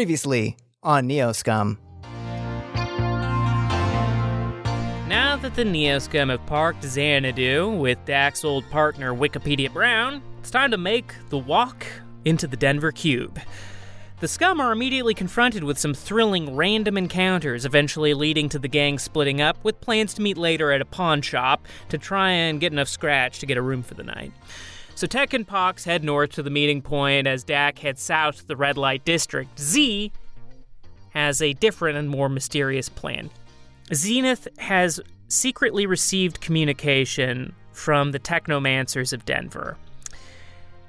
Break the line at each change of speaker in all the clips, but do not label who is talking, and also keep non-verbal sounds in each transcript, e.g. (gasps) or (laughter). Previously on Neo Scum.
Now that the Neoscum have parked Xanadu with Dak's old partner Wikipedia Brown, it's time to make the walk into the Denver Cube. The scum are immediately confronted with some thrilling random encounters, eventually leading to the gang splitting up with plans to meet later at a pawn shop to try and get enough scratch to get a room for the night. So Tech and Pox head north to the meeting point as Dak heads south to the red light district. Z has a different and more mysterious plan. Zenith has secretly received communication from the Technomancers of Denver.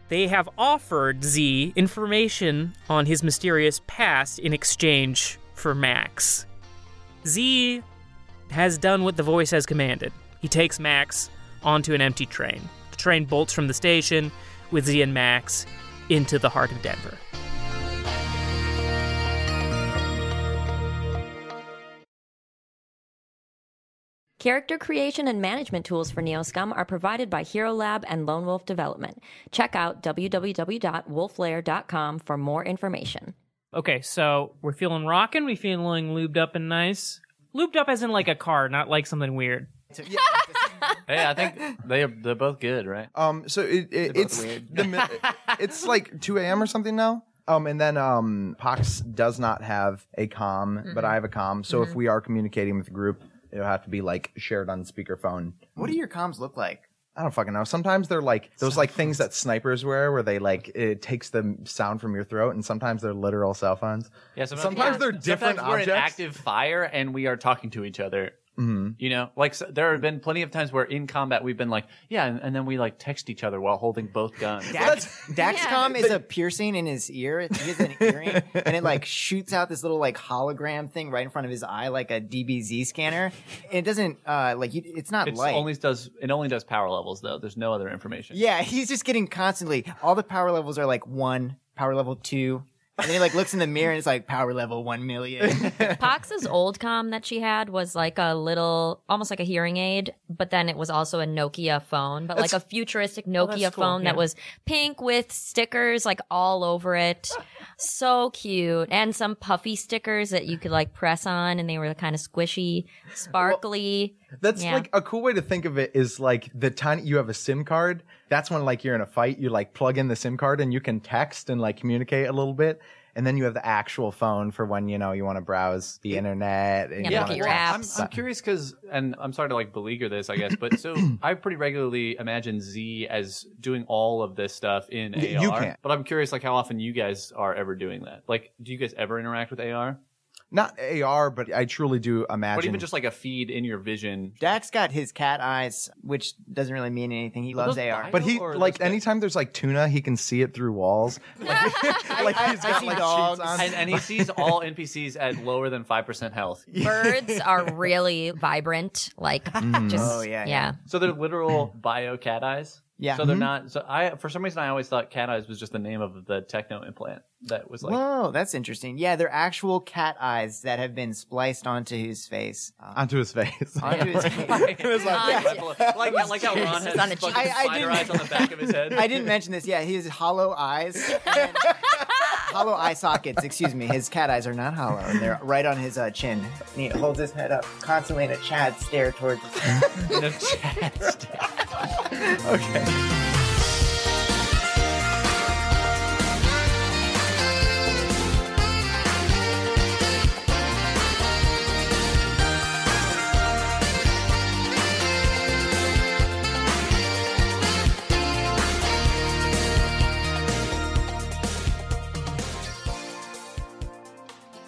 They have offered Z information on his mysterious past in exchange for Max. Z has done what the voice has commanded. He takes Max onto an empty train. The train bolts from the station with Z and Max into the heart of Denver.
Character creation and management tools for NeoScum are provided by Hero Lab and Lone Wolf Development. Check out www.wolflayer.com for more information.
Okay, so we're feeling rockin', we feeling lubed up and nice. Lubed up as in like a car, not like something weird.
Hey, I think they are, they're both good, right?
Um, so it, it it's the mi- it's like 2 a.m. or something now. Um, and then um, Pox does not have a com, but I have a com. So if we are communicating with the group, it'll have to be like shared on speakerphone.
What do your comms look like?
I don't fucking know. Sometimes they're like those like things that snipers wear, where they like it takes the sound from your throat, and sometimes they're literal cell phones.
Yeah,
Sometimes they're different
sometimes we're in
objects. Mm-hmm.
active fire and we are talking to each other. You know, like so, there have been plenty of times where in combat we've been like, yeah, and, and then we like text each other while holding both guns.
Dax, Daxcom is a piercing in his ear. He has an
(laughs)
earring, and it like shoots out this little like hologram thing right in front of his eye, like a DBZ scanner. And it doesn't uh like you, it's not
It
light.
only does it only does power levels though. There's no other information.
yeah, he's just getting constantly. All the power levels are like one, power level two, and then he like looks in the mirror and it's like power level one
(laughs)
million.
Pox's old com that she had was like a little, almost like a hearing aid, but then it was also a Nokia phone, but like a futuristic
oh,
Nokia phone that was pink with stickers like all over it.
Ah.
so cute. And some puffy stickers that you could like press on and they were kind of squishy, sparkly.
That's
Yeah.
like a cool way to think of it is like the tiny you have a SIM card. That's when like you're in a fight, you like plug in the SIM card and you can text and like communicate a little bit. And then you have the actual phone for when you know you want to browse the internet. And
Yeah,
you
look
wanna
at your
talk.
app.
I'm, I'm curious because, and I'm sorry to like beleaguer this, I guess, but
(clears throat)
so I pretty regularly imagine Z as doing all of this stuff in
Y-
AR.
you can't.
But I'm curious, like, how often you guys are ever doing that? Like, do you guys ever interact with AR?
Not AR, but I truly do imagine.
But even just like a feed in your vision?
Dax got his cat eyes, which doesn't really mean anything. He loves
those
AR.
eyes-
but he
or
like
those guys?
anytime there's like tuna, he can see it
(laughs)
through walls.
like he's got
like, sheets on.
And, and he sees all NPCs at lower than 5% health.
Birds are really vibrant. Like just,
Oh, yeah,
yeah.
yeah.
So they're (clears throat) literal bio cat eyes.
Yeah.
So they're not. So I, for some reason, I always thought cat eyes was just the name of the techno implant that was like.
Whoa, that's interesting. Yeah, they're actual cat eyes that have been spliced onto his face. Uh,
(laughs) onto
(laughs)
his face.
onto
(laughs)
his face.
It was (laughs) (laughs) like,
Yeah.
like, like how Ron has
on the
fucking
cheek.
I- I
spider
didn't-
eyes on the back of his head.
I didn't mention this. Yeah, his hollow eyes.
(laughs)
and- hollow eye sockets, excuse me. His cat eyes are not hollow. and They're right on his uh, chin. And he holds his head up constantly in a Chad stare towards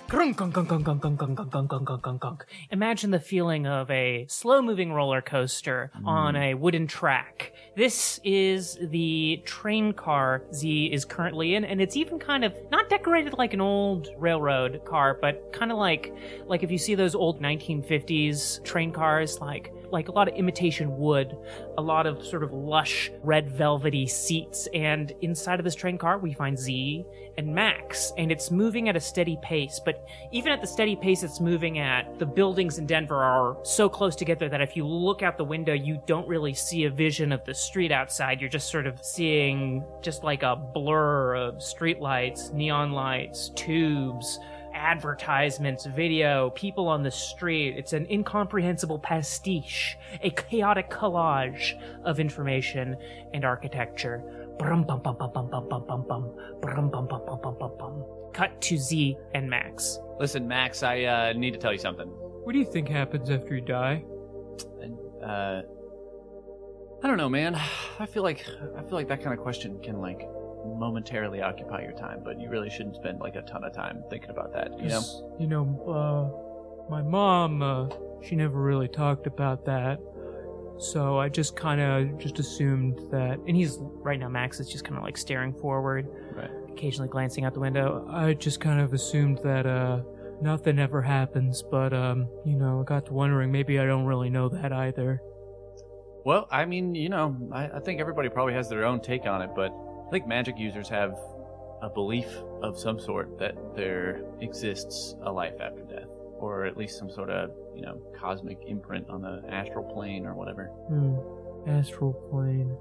Grunk, gunk, gunk, gunk, gunk, gunk, gunk, gunk, gunk, gunk, gunk, gunk, gunk. Imagine the feeling of a slow moving roller coaster on a wooden track. This is the train car Z is currently in, and it's even kind of not decorated like an old railroad car, but kind of like like if you see those old 1950s train cars, like like a lot of imitation wood, a lot of sort of lush red velvety seats. And inside of this train car, we find Z and Max, and it's moving at a steady pace. But even at the steady pace it's moving at, the buildings in Denver are so close together that if you look out the window, you don't really see a vision of the street outside. You're just sort of seeing just like a blur of streetlights, neon lights, tubes advertisements, video, people on the street. It's an incomprehensible pastiche, a chaotic collage of information and architecture. Brum bum bum bum bum bum bum bum bum brum bum bum bum bum bum bum. Cut to Z and Max.
Listen, Max, I uh, need to tell you something.
What do you think happens after you die?
Uh, I don't know, man. I feel like I feel like that kind of question can like momentarily occupy your time, but you really shouldn't spend like a ton of time thinking about that. You know,
'Cause, You know, uh, my mom, uh, she never really talked about that. So I just kind of just assumed that. And he's right now. Max is just kind of like staring forward,
Right.
occasionally glancing out the window. I just kind of assumed that uh, nothing ever happens. But um, you know, I got to wondering maybe I don't really know that either.
Well, I mean, you know, I, I think everybody probably has their own take on it, but I think magic users have a belief of some sort that there exists a life after death, or at least some sort of, you know, cosmic imprint on the astral plane or whatever.
Hmm. Astral plane.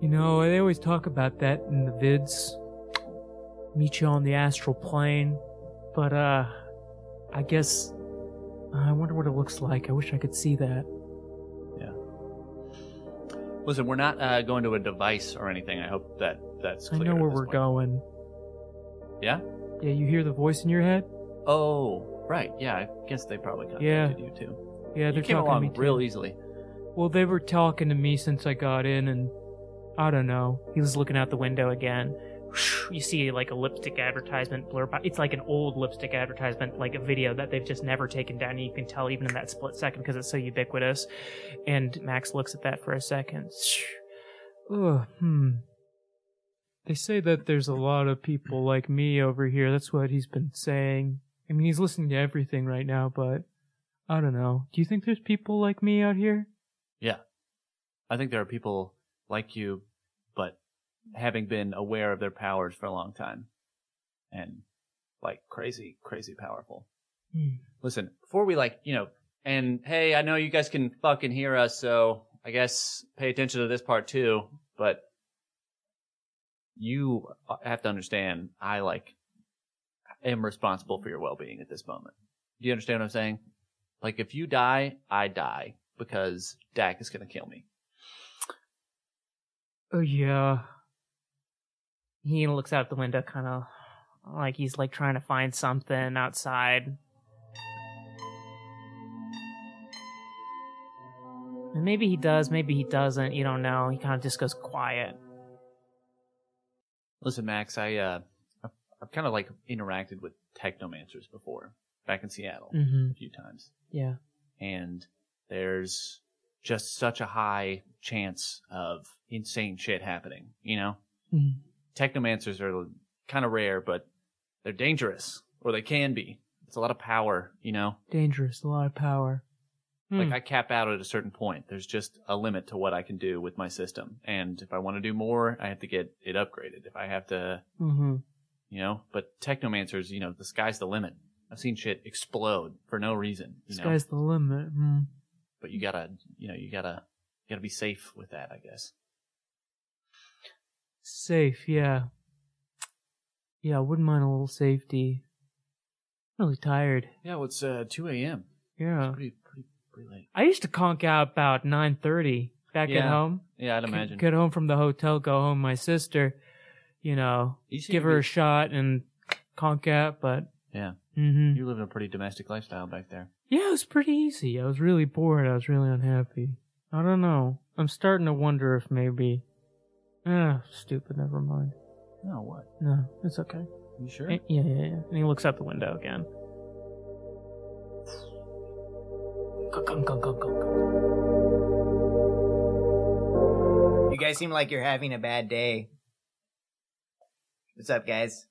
You know, they always talk about that in the vids. Meet you on the astral plane. But, uh, I guess. I wonder what it looks like. I wish I could see that.
Listen, we're not uh, going to a device or anything. I hope that that's
I
clear.
know
at
where
this
we're
point.
going.
Yeah?
Yeah, you hear the voice in your head?
Oh, right. Yeah, I guess they probably contacted you too.
Yeah,
you
they're talking
came
to
along
me. too.
real easily.
Well, they were talking to me since I got in, and I don't know. He was looking out the window again. You see, like a lipstick advertisement blur by. It's like an old lipstick advertisement, like a video that they've just never taken down. and You can tell even in that split second because it's so ubiquitous. And Max looks at that for a second. Ugh, hmm. They say that there's a lot of people like me over here. That's what he's been saying. I mean, he's listening to everything right now, but I don't know. Do you think there's people like me out here?
Yeah. I think there are people like you, but having been aware of their powers for a long time and like crazy, crazy powerful.
Hmm.
Listen, before we like, you know, and hey, I know you guys can fucking hear us, so I guess pay attention to this part too, but you have to understand I like am responsible for your well being at this moment. Do you understand what I'm saying? Like if you die, I die because Dak is gonna kill me.
Oh yeah. He looks out the window, kind of like he's like trying to find something outside. And maybe he does, maybe he doesn't. You don't know. He kind of just goes quiet.
Listen, Max, I uh, I've, I've kind of like interacted with technomancers before back in Seattle
Mm-hmm.
a few times,
Yeah.
and there's just such a high chance of insane shit happening. You know,
Mhm.
technomancers are kind of rare, but they're dangerous, or they can be. It's a lot of power, you know.
Dangerous. A lot of power. Hmm.
Like I cap out at a certain point. There's just a limit to what I can do with my system, and if I want to do more, I have to get it upgraded. If I have to
Mm-hmm.
you know. But technomancers, you know, the sky's the limit. I've seen shit explode for no reason, you
This
know.
guy's the limit. Mm.
But you gotta, you know, you gotta, you gotta be safe with that, I guess.
Safe. Yeah. Yeah. I wouldn't mind a little safety. Really tired.
Yeah, well, it's uh, 2 a.m.
Yeah.
Pretty, pretty, pretty late.
I used to conk out about nine thirty back at
Yeah,
home.
Yeah, I'd
Could-
imagine.
Get home from the hotel, go home. My sister, you know,
You seem
give
to
her
be-
a shot and conk out. But
yeah,
hmm
you live in a pretty domestic lifestyle back there.
yeah, it was pretty easy. I was really bored. I was really unhappy. I don't know. I'm starting to wonder if maybe. Ah, stupid. Never mind.
No, what?
No, it's okay.
You sure?
Eh, Yeah, yeah, yeah. And he looks out the window again. Conk, conk, conk, conk, conk.
You guys seem like you're having a bad day. What's up,
(laughs)
guys?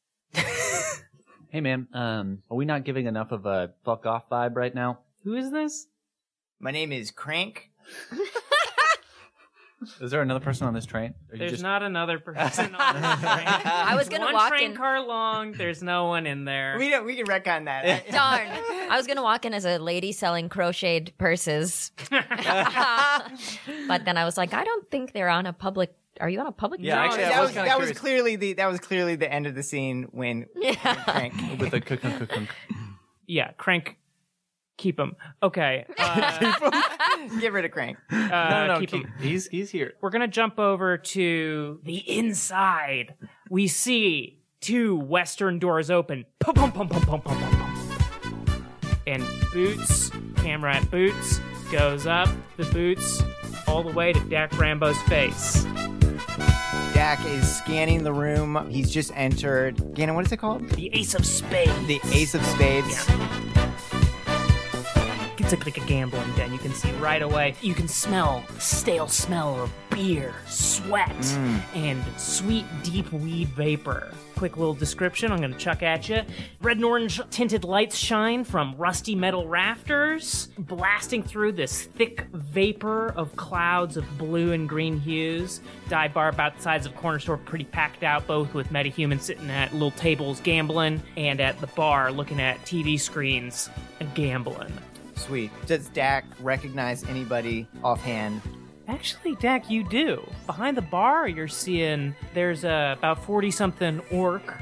Hey, man, um, are we not giving enough of a fuck off vibe right now?
Who is this?
My name is Crank.
Is there another person on this train? Or you
There's
just-
not
(laughs)
another person on
(laughs)
this train.
I was gonna
One
walk
train
in.
car long. There's no one in there.
We don't. We can wreck on (laughs) that.
(laughs) Darn. I was going to walk in as a lady selling crocheted
(laughs)
purses. but then I was like, I don't think they're on a public. Are you on a public?
Yeah,
train?
actually, I
that
(laughs)
was,
kinda
that was
curious.
clearly the that was clearly the end of the scene when Crank.
(laughs) with the cook, cook, cook, cook.
yeah, crank. Keep him.
(laughs)
Okay. Uh,
Get rid of Crank.
(laughs) uh,
No, no,
keep
keep-
'em.
he's he's here.
We're going to jump over to the inside. We see two western doors open. Pum, pum, pum, pum, pum, pum, pum, pum. And Boots, camera at Boots, goes up the Boots all the way to Dak Rambo's face.
Dak is scanning the room. He's just entered. Gannon, what is it called?
The Ace of Spades.
The Ace of Spades.
It's like, like a gambling den. You can see right away. You can smell the stale smell of beer, sweat, and sweet deep weed vapor. Quick little description I'm going to chuck at you. Red and orange tinted lights shine from rusty metal rafters, blasting through this thick vapor of clouds of blue and green hues. Dive bar about the size of a corner store, pretty packed out, both with metahumans sitting at little tables gambling and at the bar looking at TV screens and gambling.
Sweet. Does Dak recognize anybody offhand?
Actually, Dak, you do. Behind the bar, you're seeing there's a about forty something orc.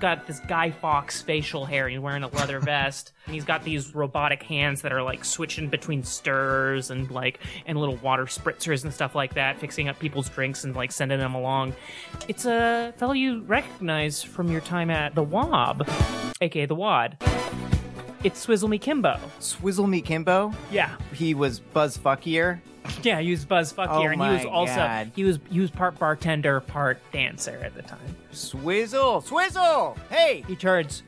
Got this Guy Fox facial hair. He's wearing a leather vest, and he's got these robotic hands that are like switching between stirs and like and little water spritzers and stuff like that, fixing up people's drinks and like sending them along. It's a fellow you recognize from your time at the Wob, aka the Wad. It's Swizzle Me Kimbo.
Swizzle Me Kimbo.
Yeah,
He was Buzz Fuckier.
Yeah, he was Buzz
Oh
Fuckier, and he was
my
also
God.
he was he was part bartender, part dancer at the time.
Swizzle! Swizzle! Hey!
He turns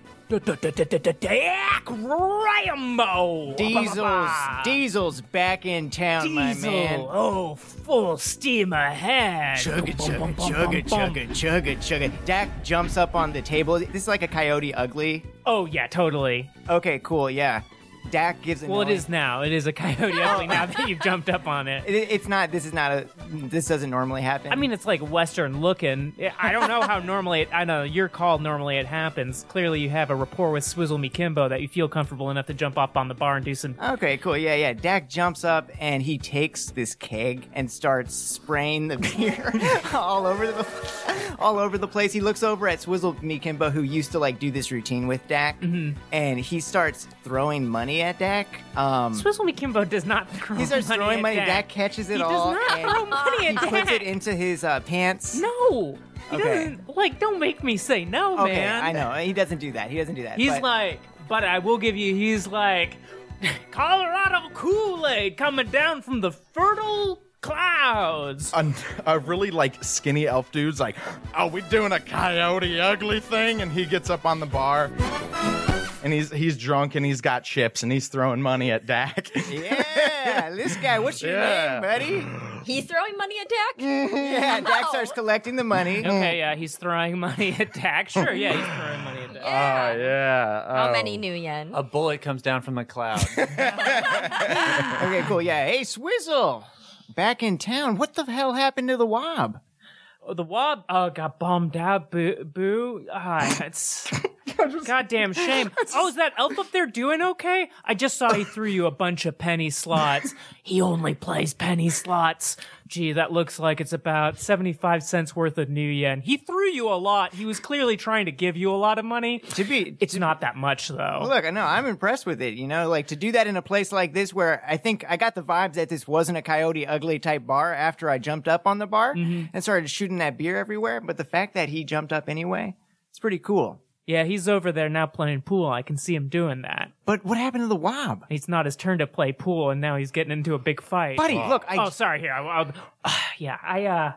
Dak Rambo.
Diesel's Diesel's back in town, my man.
Oh, full steam ahead.
Chugga, chugga, chugga, chugga, chugga, chugga.
Dak jumps up on the table. This is like a coyote ugly.
Oh yeah, totally.
Okay, cool, yeah. Dak gives a
Well, it
noise.
is now. It is a coyote ugly now that you've jumped up on it.
(laughs) It, it's not. This is not a. This doesn't normally happen.
I mean, it's like Western looking. I don't know how normally. It, I know your call. Normally, it happens. Clearly, you have a rapport with Swizzle Me Kimbo that you feel comfortable enough to jump up on the bar and do some
Okay, cool. Yeah, yeah. Dak jumps up and he takes this keg and starts spraying the (laughs) beer all over the (laughs) all over the place. He looks over at Swizzle Mikimba, who used to like do this routine with Dak,
Mm-hmm.
and he starts throwing money at Dak. Um,
Swizzle Me Kimbo does not (laughs) throw
he starts
money
throwing
at
money.
Dak.
Dak. catches it
He does
all.
not throw
and
money
he
at Dak.
puts it into his uh, pants.
no. He
Okay.
doesn't, like, don't make me say no,
okay,
man.
I know he doesn't do that. He doesn't do that.
He's
but-
like, but I will give you, he's like, (laughs) Colorado Kool Aid coming down from the fertile clouds.
Uh,
a, a really like skinny elf dude's like, "Are we doing a coyote ugly thing?" And he gets up on the bar, and he's he's drunk and he's got chips and he's throwing money at Dak.
(laughs) yeah, this guy. What's your
Yeah.
name, buddy?
He's throwing money at
(laughs)
(laughs)
Dak?
Yeah, Dak starts collecting the money.
okay, yeah, he's throwing money at Dak. Sure, yeah, he's throwing money at Dak.
Oh (laughs) yeah.
How
oh.
many new yen?
A bullet comes down from the cloud.
Okay, cool. Yeah. Hey, Swizzle, back in town. What the hell happened to the Wob?
Oh, the Wob uh, got bombed out, boo. boo. Ah, it's. Goddamn shame. Oh, is that elf up there doing okay? I just saw he threw you a bunch of penny slots. He only plays penny slots. Gee, that looks like it's about 75 cents worth of new yen. He threw you a lot. He was clearly trying to give you a lot of money.
To be
It's not that much, though.
look, I know I'm impressed with it. You know, like to do that in a place like this, where I think I got the vibes that this wasn't a Coyote Ugly type bar. After I jumped up on the bar
Mm-hmm.
and started shooting that beer everywhere, but the fact that he jumped up anyway, it's pretty cool.
Yeah, he's over there now playing pool. I can see him doing that.
But what happened to the Wob,
It's not his turn to play pool, and now he's getting into a big fight.
buddy? Look, I
oh, sorry. Here, I, I'll, (sighs) yeah, I. uh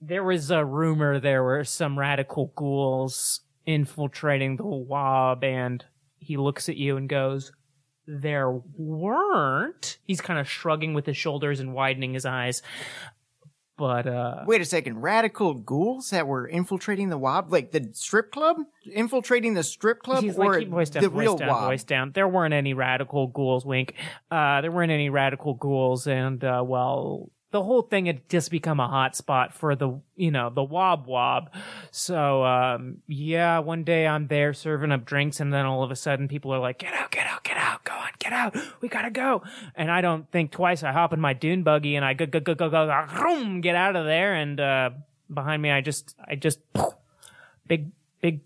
There was a rumor there were some radical ghouls infiltrating the Wob, and he looks at you and goes, "There weren't." He's kind of shrugging with his shoulders and widening his eyes. But uh,
Wait a second, radical ghouls that were infiltrating the WOB, like the strip club, infiltrating the strip club,
He's
or
like, keep voice down,
the
voice
real
down,
WOB.
voice down. There weren't any radical ghouls, wink. Uh, there weren't any radical ghouls, and uh, well, the whole thing had just become a hot spot for the you know the wob wob. So um, yeah, one day I'm there serving up drinks, and then all of a sudden people are like, "Get out, get out, get out, go on, get out, we gotta go." And I don't think twice. I hop in my dune buggy and I go go go go go, go vroom, get out of there, and uh, behind me I just I just (laughs) big big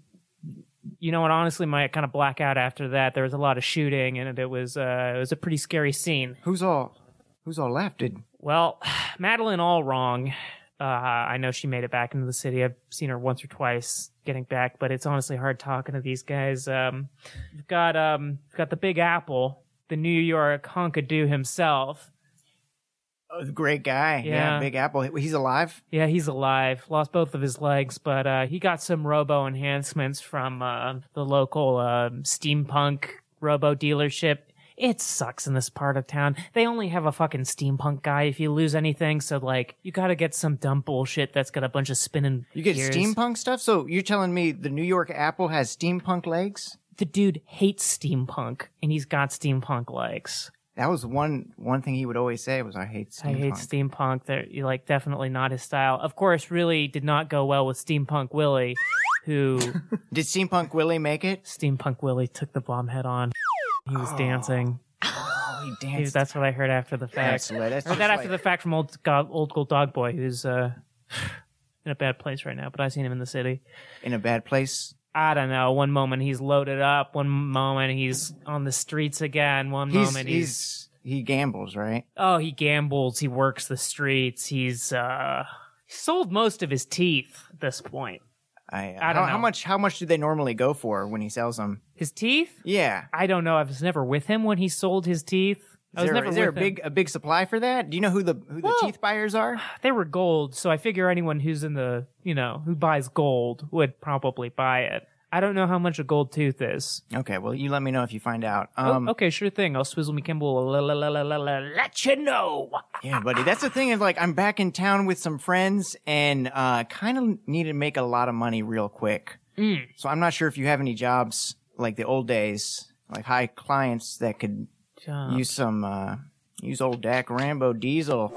you know, and honestly, my kind of blackout after that. There was a lot of shooting, and it was uh, it was a pretty scary scene.
Who's all? Who's all left? Did
Well, (sighs) Madeline, all wrong. Uh, I know she made it back into the city. I've seen her once or twice getting back, but it's honestly hard talking to these guys. Um, we've got um, we've got the Big Apple, the New York honkadoo himself.
oh, the great guy, yeah.
Yeah.
Big Apple. He- He's alive.
Yeah, he's alive. Lost both of his legs, but uh, he got some robo enhancements from uh, the local um steampunk robo dealership. It sucks in this part of town. They only have a fucking steampunk guy if you lose anything, so like you gotta get some dumb bullshit that's got a bunch of spinning.
You get
gears.
steampunk stuff. So you're telling me the New York Apple has steampunk legs?
The dude hates steampunk, and he's got steampunk legs.
That was one one thing he would always say was, "I hate steampunk."
I hate steampunk. They're you're, like definitely not his style. Of course, really did not go well with steampunk Willie, who.
Did steampunk Willie make
(gasps)
it?
Steampunk Willie took the bomb head on. He was dancing.
Oh, he
He-
danced.
that's what I heard after the fact.
That's lit. That's
I heard
just
that after
like-
the fact from old God, old gold dog boy, who's uh, (sighs) in a bad place right now. But I seen him in the city.
in a bad place.
I don't know. One moment he's loaded up. One moment he's on the streets again. One
He's,
moment he's,
he's he gambles, right?
oh he gambles. He works the streets. He's uh, he sold most of his teeth at this point.
I,
I
how,
don't
how
know.
much how much do they normally go for when he sells them?
His teeth?
Yeah.
I don't know. I was never with him when he sold his teeth.
Is
I was
there,
never
is there a
with him.
big a big supply for that? Do you know who the who
Well-
the teeth buyers
(sighs)
are?
they were gold, so I figure anyone who's in the, you know, who buys gold would probably buy it. I don't know how much a gold tooth is.
Okay, well you let me know if you find out.
Oh,
Um,
okay, sure thing. I'll swizzle me Kimball. la, la, la, la, la, la, Let you know.
Yeah, buddy. That's the thing. Is like I'm back in town with some friends and uh, kind of need to make a lot of money real quick.
Mm.
So I'm not sure if you have any jobs like the old days, like high clients that could
Uh-huh.
use some uh, use old Dak Rambo Diesel.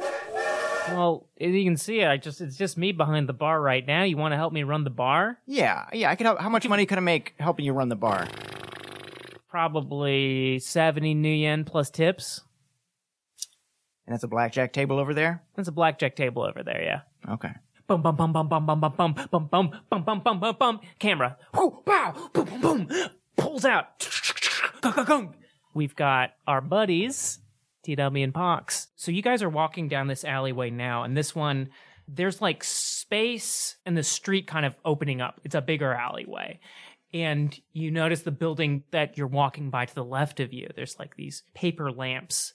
Well, as you can see, I just it's just me behind the bar right now. You want to help me run the bar?
Yeah, yeah. I could. Help, how much money could I make helping you run the bar?
Probably seventy new yen plus tips.
And that's a blackjack table over there.
That's a blackjack table over there. Yeah.
Okay.
Bum bum bum bum bum bum bum bum bum bum bum bum bum bum bum. Camera. Whoo! Wow! Boom boom boom. Pulls out. Gung, gung, gung. We've got our buddies, TW and Pox. So you guys are walking down this alleyway now, and this one, there's like space and the street kind of opening up. It's a bigger alleyway. And you notice the building that you're walking by to the left of you. There's like these paper lamps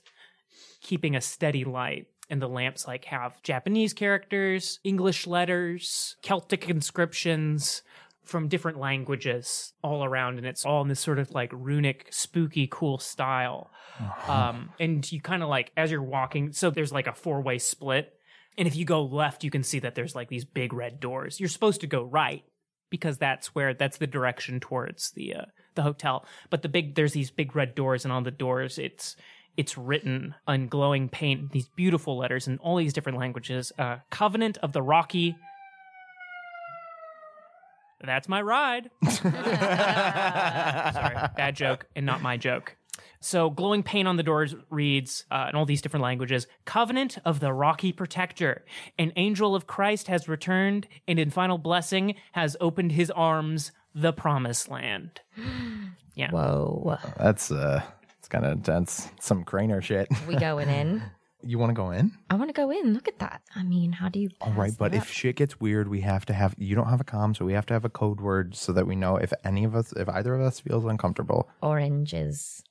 keeping a steady light. And the lamps like have Japanese characters, English letters, Celtic inscriptions from different languages all around. And it's all in this sort of like runic, spooky, cool style. Um, and you kind of like, as you're walking, so there's like a four way split. And if you go left, you can see that there's like these big red doors. You're supposed to go right because that's where that's the direction towards the uh, the hotel. But the big there's these big red doors, and on the doors it's it's written on glowing paint these beautiful letters in all these different languages. Uh, Covenant of the Rocky. That's my ride.
uh.
Sorry, bad joke and not my joke. So, glowing paint on the doors reads uh, in all these different languages Covenant of the Rocky Protector. An angel of Christ has returned and in final blessing has opened his arms, the promised land.
Whoa.
That's uh, it's kind of intense. Some craner shit.
We going in.
You want to go in?
I want to go in. Look at that. I mean, how do you?
All right, but if shit gets weird, we have to have. You don't have a comm, so we have to have a code word so that we know if any of us, if either of us feels uncomfortable,
oranges.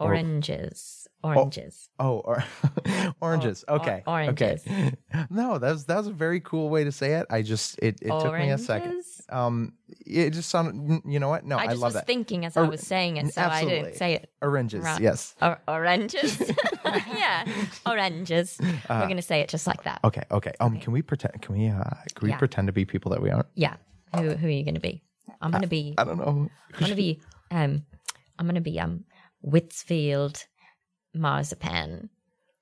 Oranges. Oranges.
Oh, or- (laughs) oranges.
Or-
okay.
or- oranges.
Okay. (laughs) No, that was that was a very cool way to say it. I just it, it took me a second.
Oranges?
Um, it just sounded. You know what? No, I,
I just
love
was
that.
thinking as I
Or-
was saying it, so I
Absolutely.
didn't say it.
oranges.
Right.
Yes.
Or- oranges.
(laughs)
(laughs) yeah. Oranges. We're going to say it just like that.
Uh, Okay. Okay. Um, can we pretend? Can we? Uh, can we
Yeah.
pretend to be people that we aren't?
Yeah. Who, who are you going to be? I'm going to be.
I don't know.
I'm gonna be um I'm gonna be um Whitsfield Marzipan.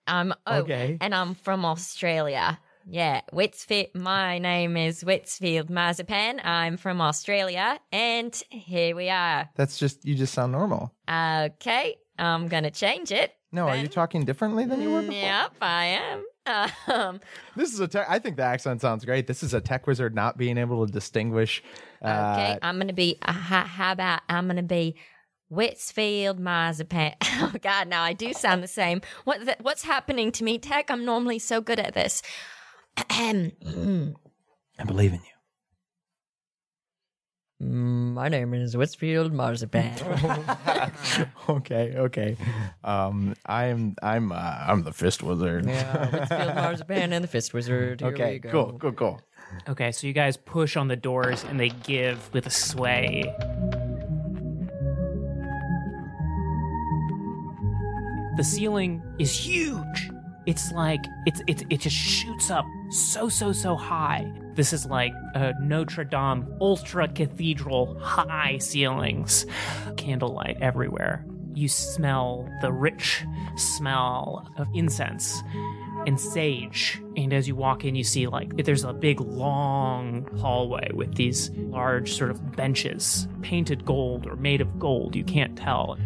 Um oh
Okay.
and I'm from Australia. Yeah, Whitsfield my name is Whitsfield Marzipan. I'm from Australia and here we are.
That's just you. Just sound normal.
Okay, I'm gonna change it.
No, are you talking differently than
Mm,
you were before?
Yep, I am. Um
This is a tech. I think the accent sounds great. This is a tech wizard not being able to distinguish.
Okay,
Uh,
I'm gonna be. Uh, how, how about I'm gonna be Whitsfield Marzipan? (laughs) Oh God, now I do sound the same. What the, what's happening to me, Tech? I'm normally so good at this. Ahem. (clears throat)
I believe in you.
My name is Whitsfield
(laughs)
Marzipan.
okay. Okay. Um, I'm I'm uh, I'm the fist wizard. (laughs)
Whitsfield Marzipan and the Fist Wizard. Here
okay.
we go.
Cool. Cool. Cool.
Okay, so you guys push on the doors and they give with a sway. The ceiling is huge. It's like it's it it just shoots up so so so high. This is like a Notre Dame ultra cathedral high ceilings. Candlelight everywhere. You smell the rich smell of incense and sage. And as you walk in, you see like there's a big long hallway with these large sort of benches painted gold or made of gold. You can't tell.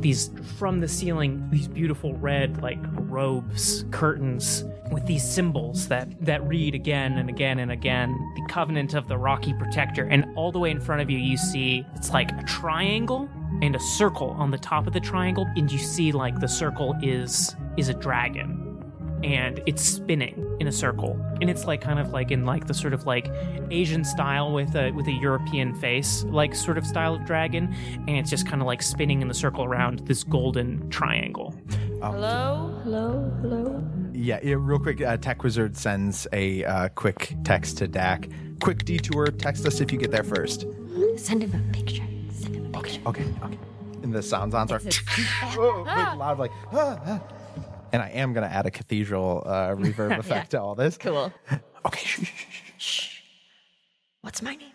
These from the ceiling, these beautiful red like robes, curtains with these symbols that that read again and again and again the covenant of the rocky protector and all the way in front of you you see it's like a triangle and a circle on the top of the triangle and you see like the circle is is a dragon and it's spinning in a circle and it's like kind of like in like the sort of like asian style with a with a european face like sort of style of dragon and it's just kind of like spinning in the circle around this golden triangle
Hello, hello, hello.
Yeah, yeah, real quick, uh, Tech Wizard sends a uh, quick text to Dak. Quick detour, text us if you get there first.
Send him a picture. Send him a picture.
Okay, okay. And the sound ons (laughs) are Oh, like, loud, like, ah, ah. and I am going to add a cathedral (laughs) uh, reverb effect to all this.
Cool.
(laughs) Okay, shh, shh, shh, shh.
What's my name?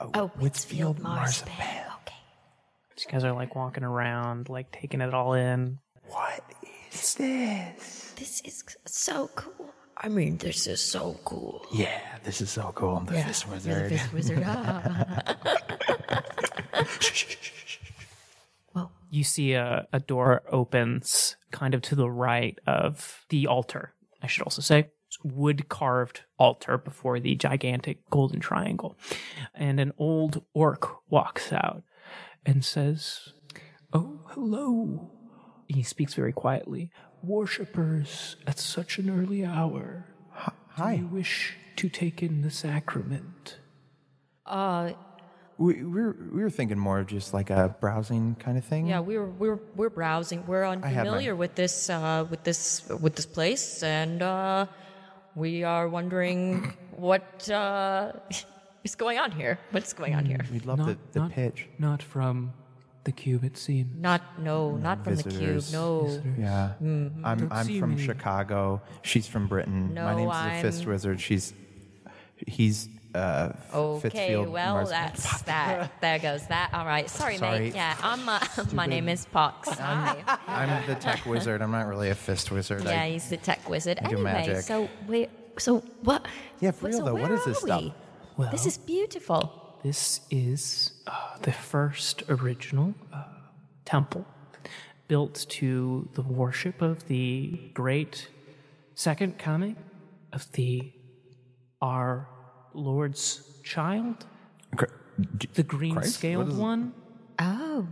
Oh,
Whitsfield
Whitfield Marzipan.
Okay.
these guys are like walking around like taking it all in
What is this?
This is so cool.
I mean, this is so cool.
Yeah, this is so cool. I'm the fist wizard.
Wizard.
you see a, a door opens kind of to the right of the altar i should also say wood carved altar before the gigantic golden triangle and an old orc walks out and says oh hello he speaks very quietly worshippers at such an early hour
Hi.
i wish to take in the sacrament
Uh,
We, we, were, we were thinking more of just like a browsing kind of thing.
yeah, we're we're we're browsing. We're
had my-
unfamiliar with this uh, with this with this place, and uh, we are
(coughs)
wondering what uh, (laughs) is going on here. What's going on here?
We'd love the, the pitch.
not from the cube it seems
Not no, not from
Mm. visitors.
the cube. No,
Yeah. I'm, I'm
see
from
many.
Chicago. She's from Britain. My
Mm-hmm. No,
name's
I'm-
the Fist Wizard. She's. He's. Uh, F-
Okay,
Fitzfield
well,
Mars-
that's that. There goes that. All right. Sorry,
Sorry.
mate. Yeah, I'm.
(laughs)
Uh, my name is Pox. Hi.
I'm the
(laughs)
tech wizard. I'm not really a fist wizard.
yeah,
I,
he's the tech wizard.
do
Anyway,
magic.
so we. So what?
Yeah, for
wh-
real
so
though, what
where
is this
are
stuff?
we?
well
This is beautiful.
This is uh, the first original uh, temple built to the worship of the great second coming of the our Lord's child,
Cr-
the green
Christ? What
scaled
is-
one.
Oh,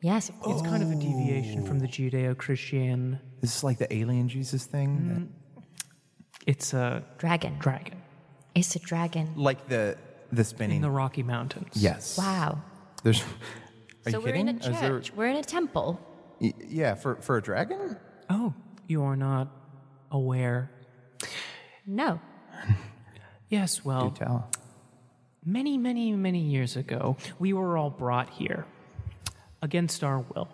yes. Of
Oh.
course.
It's kind of a deviation from the Judeo Christian.
Is this like the alien Jesus thing?
Mm-hmm. It's a
Dragon.
dragon
It's a dragon.
Like the the spinning.
in the Rocky Mountains.
yes.
Wow.
There's. Are you
so we're
kidding?
in a
Is there-
church. We're in a temple.
Y- yeah, for for a dragon?
Oh, you are not aware.
No.
Yes,
Oh.
well,
Tell.
many, many, many years ago, we were all brought here against our will.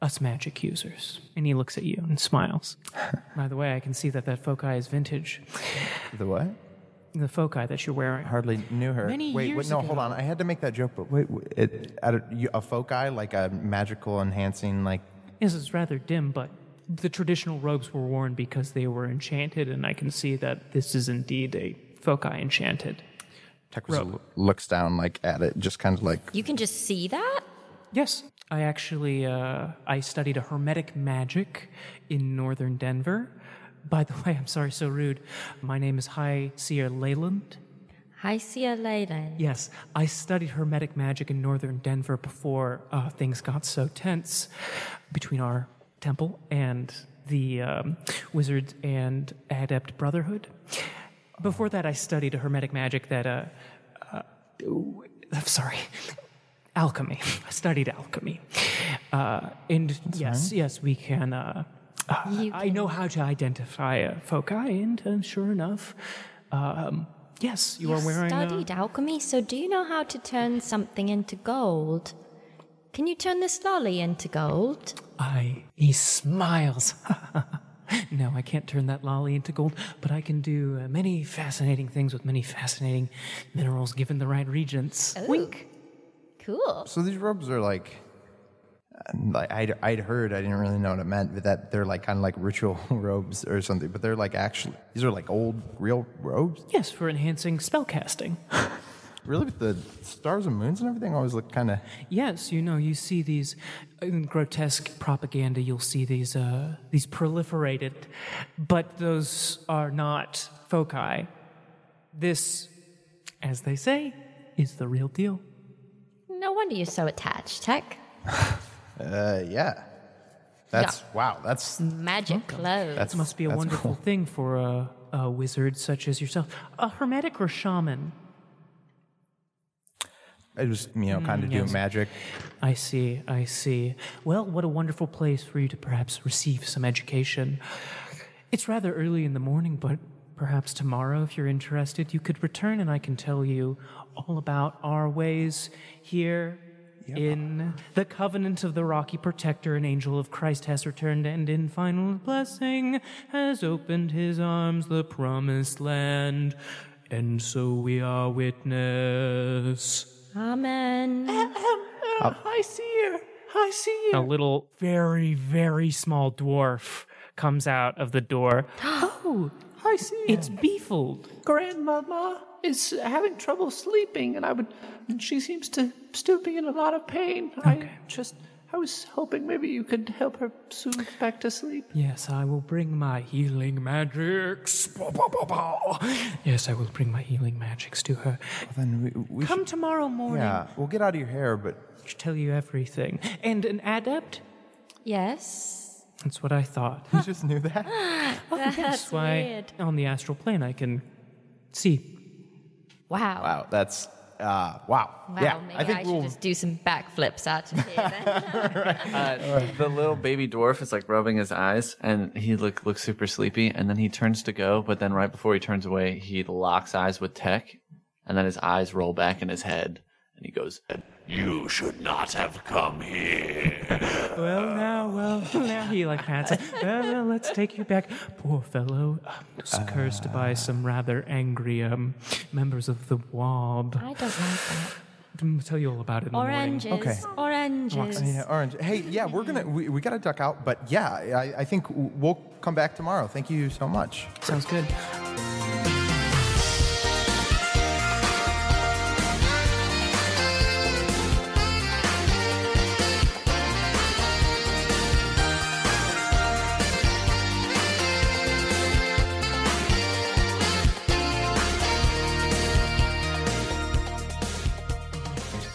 Us magic users. And he looks at you and smiles. By the way, I can see that that foci is vintage.
The what?
The foci that you're wearing.
Hardly knew her.
Many
wait, wait,
years
no,
ago.
hold on. I had to make that joke, but wait, wait it, at a, you- a foci like a magical enhancing like
This is rather dim, but the traditional robes were worn because they were enchanted, and I can see that this is indeed a foci enchanted.
Tekra looks down like at it, just kind of like
You can just see that?
Yes, I actually uh, I studied a hermetic magic in northern Denver. By the (laughs) way, I'm sorry, so rude. My name is High Seer Leyland.
I see a lady.
Yes, I studied hermetic magic in northern Denver before uh, things got so tense between our temple and the um, Wizards and Adept Brotherhood. Before that, I studied a hermetic magic that, uh, uh, ooh, I'm sorry, alchemy. I studied alchemy. Uh, and yes, yes, we can. Uh, uh, I know how to identify a foci, and uh, sure enough, um, yes, you
You
are wearing. uh,
studied alchemy, so do you know how to turn something into gold? Can you turn this lolly into gold?
I he smiles. (laughs) no, I can't turn that lolly into gold, but I can do uh, many fascinating things with many fascinating minerals given the right regents.
Oh.
Wink.
Cool.
So these robes are like, uh, like I'd, I'd heard, I didn't really know what it meant, but that they're like kind of like ritual (laughs) robes or something. But they're like actually, these are like old, real robes.
Yes, for enhancing spellcasting.
Really, with the stars and moons and everything, always look kind of.
Yes, you know, you see these in grotesque propaganda. You'll see these uh, these proliferated, but those are not foci. This, as they say, is the real deal.
No wonder you're so attached, Tech.
Uh, yeah. That's wow. That's
Magic clothes.
that's
must be a
that's
wonderful
cool.
thing for a, a wizard such as yourself. A hermetic or shaman?
(laughs) I just you know
Mm,
kind of do magic.
I see, I see. Well, what a wonderful place for you to perhaps receive some education. It's rather early in the morning, but perhaps tomorrow, if you're interested, you could return and I can tell you all about our ways here. In the covenant of the rocky protector, an angel of Christ has returned, and in final blessing has opened his arms, the promised land. And so we are witness.
Amen.
Um,
I see you. I see you. A little, very, very small dwarf comes out of
(gasps)
the door. oh, I see you. It's Beefold.
Grandmama is having trouble sleeping, and I would. And she seems to still be in a lot of pain. I just. I was hoping maybe you could help her soothe back to sleep.
Yes, I will bring my healing magics. Bow, bow, bow, bow. Yes, I will bring my healing magics to her.
Then we, we
Come
should,
tomorrow morning.
yeah, we'll get out of your
(laughs)
hair, but
I should tell you everything. And an adept?
Yes.
That's what I
(laughs)
thought.
you just knew that.
Oh, yes,
That's
why
weird.
on the astral plane I can see.
Wow. Wow.
Wow, that's uh, wow. yeah,
maybe
I think
should
we'll
just do some backflips out of
(laughs)
here. then.
(laughs) The little baby dwarf is like rubbing his eyes, and he look looks super sleepy. And then he turns to go, but then right before he turns away, he locks eyes with Tech, and then his eyes roll back in his head, and he goes,
You should not have come here.
Well, now, well, (laughs) now he like pats (laughs) him. Well, well, let's take you back. Poor fellow, um, was cursed by some rather angry um, members of the Wob.
I don't like that.
I'll tell you all about it in the morning.
Oranges. Oranges.
Yeah, orange. Hey, yeah, we're gonna we, we gotta duck out, but yeah, I, I think we'll come back tomorrow. Thank you so much.
Sounds good.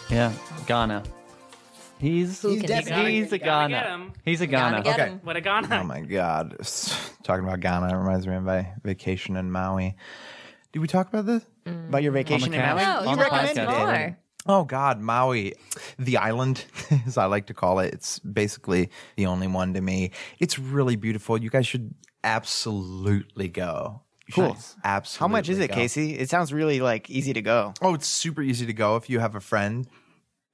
"Yeah, Ghana." He's
Who can definitely-
he's a
Gotta get
Ghana.
him.
He's a Ghana.
Gotta get
Okay.
'em.
What a Ghana.
Oh my god, talking about Ghana it reminds me of my vacation in Maui. Did we talk about this?
About your vacation in
cast.
Maui?
Mm, No,
On
Oh, tell
the
us
podcast.
more.
Oh God, Maui, the island, (laughs) as I like to call it. It's basically the only one to me. It's really beautiful. You guys should absolutely go.
Cool.
Absolutely.
How much is it,
go.
Casey? It sounds really like easy to go.
Oh, it's super easy to go if you have a friend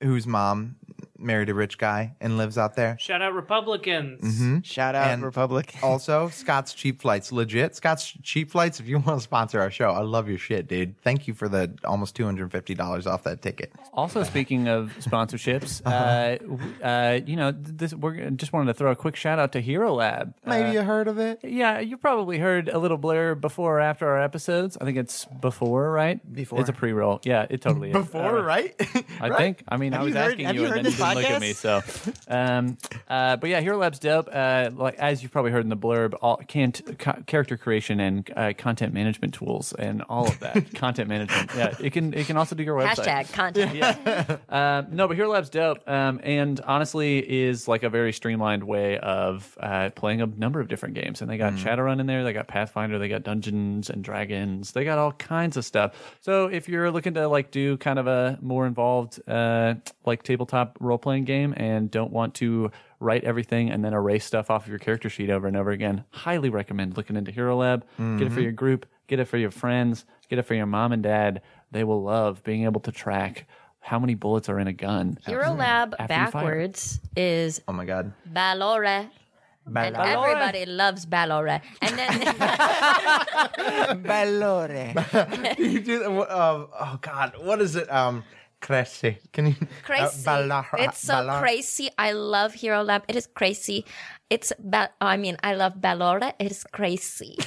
whose mom married a rich guy and lives out there.
Shout out Republicans.
Mm.
Shout out
(laughs)
And-
Republic.
Also, Scott's Cheap Flights, legit. Scott's Cheap Flights, if you (laughs) want to sponsor our show, I love your shit, dude. Thank you for the almost $250 off that ticket.
Also, speaking of sponsorships,
Uh-huh.
uh, w- uh, you know, th- this we're just wanted to throw a quick shout out to Hero Lab.
Maybe
Uh,
you heard of it.
yeah, you probably heard a little blur before or after our episodes. I think it's before, right? Before it's a pre-roll. Yeah, it totally is. Uh,
(laughs)
right?
(laughs) I
Right?
think. I mean, I
Have
was
you heard-
asking
have
you,
you
and
heard
then you didn't
this
look at me. So, um, uh, but yeah, Hero Lab's dope. Uh, like as you've probably heard in the blurb, all can't ca- character creation and uh, content management tools and all of
(laughs)
that content management. Yeah, it can it can also do your website.
Hashtag content.
Um, no, but Hero Lab's dope, um, and honestly, is like a very streamlined way of uh, playing a number of different games. And they got Shadowrun in there, they got Pathfinder, they got Dungeons and Dragons, they got all kinds of stuff. So if you're looking to like do kind of a more involved uh, like tabletop role playing game and don't want to write everything and then erase stuff off of your character sheet over and over again, highly recommend looking into Hero Lab. Get it for your group, get it for your friends, get it for your mom and dad. They will love being able to track how many bullets are in a gun.
Hero Lab
After you fire.
backwards is
Oh my God.
Ballore. And everybody loves Ballore.
(laughs)
And then
Valore.
you do the, um, oh God, what is it? Um, crazy. Can you?
crazy.
Uh, Balara-
it's so
Balara-
crazy. I love Hero Lab. It is crazy. It's ba- I mean, I love Ballore. It is crazy.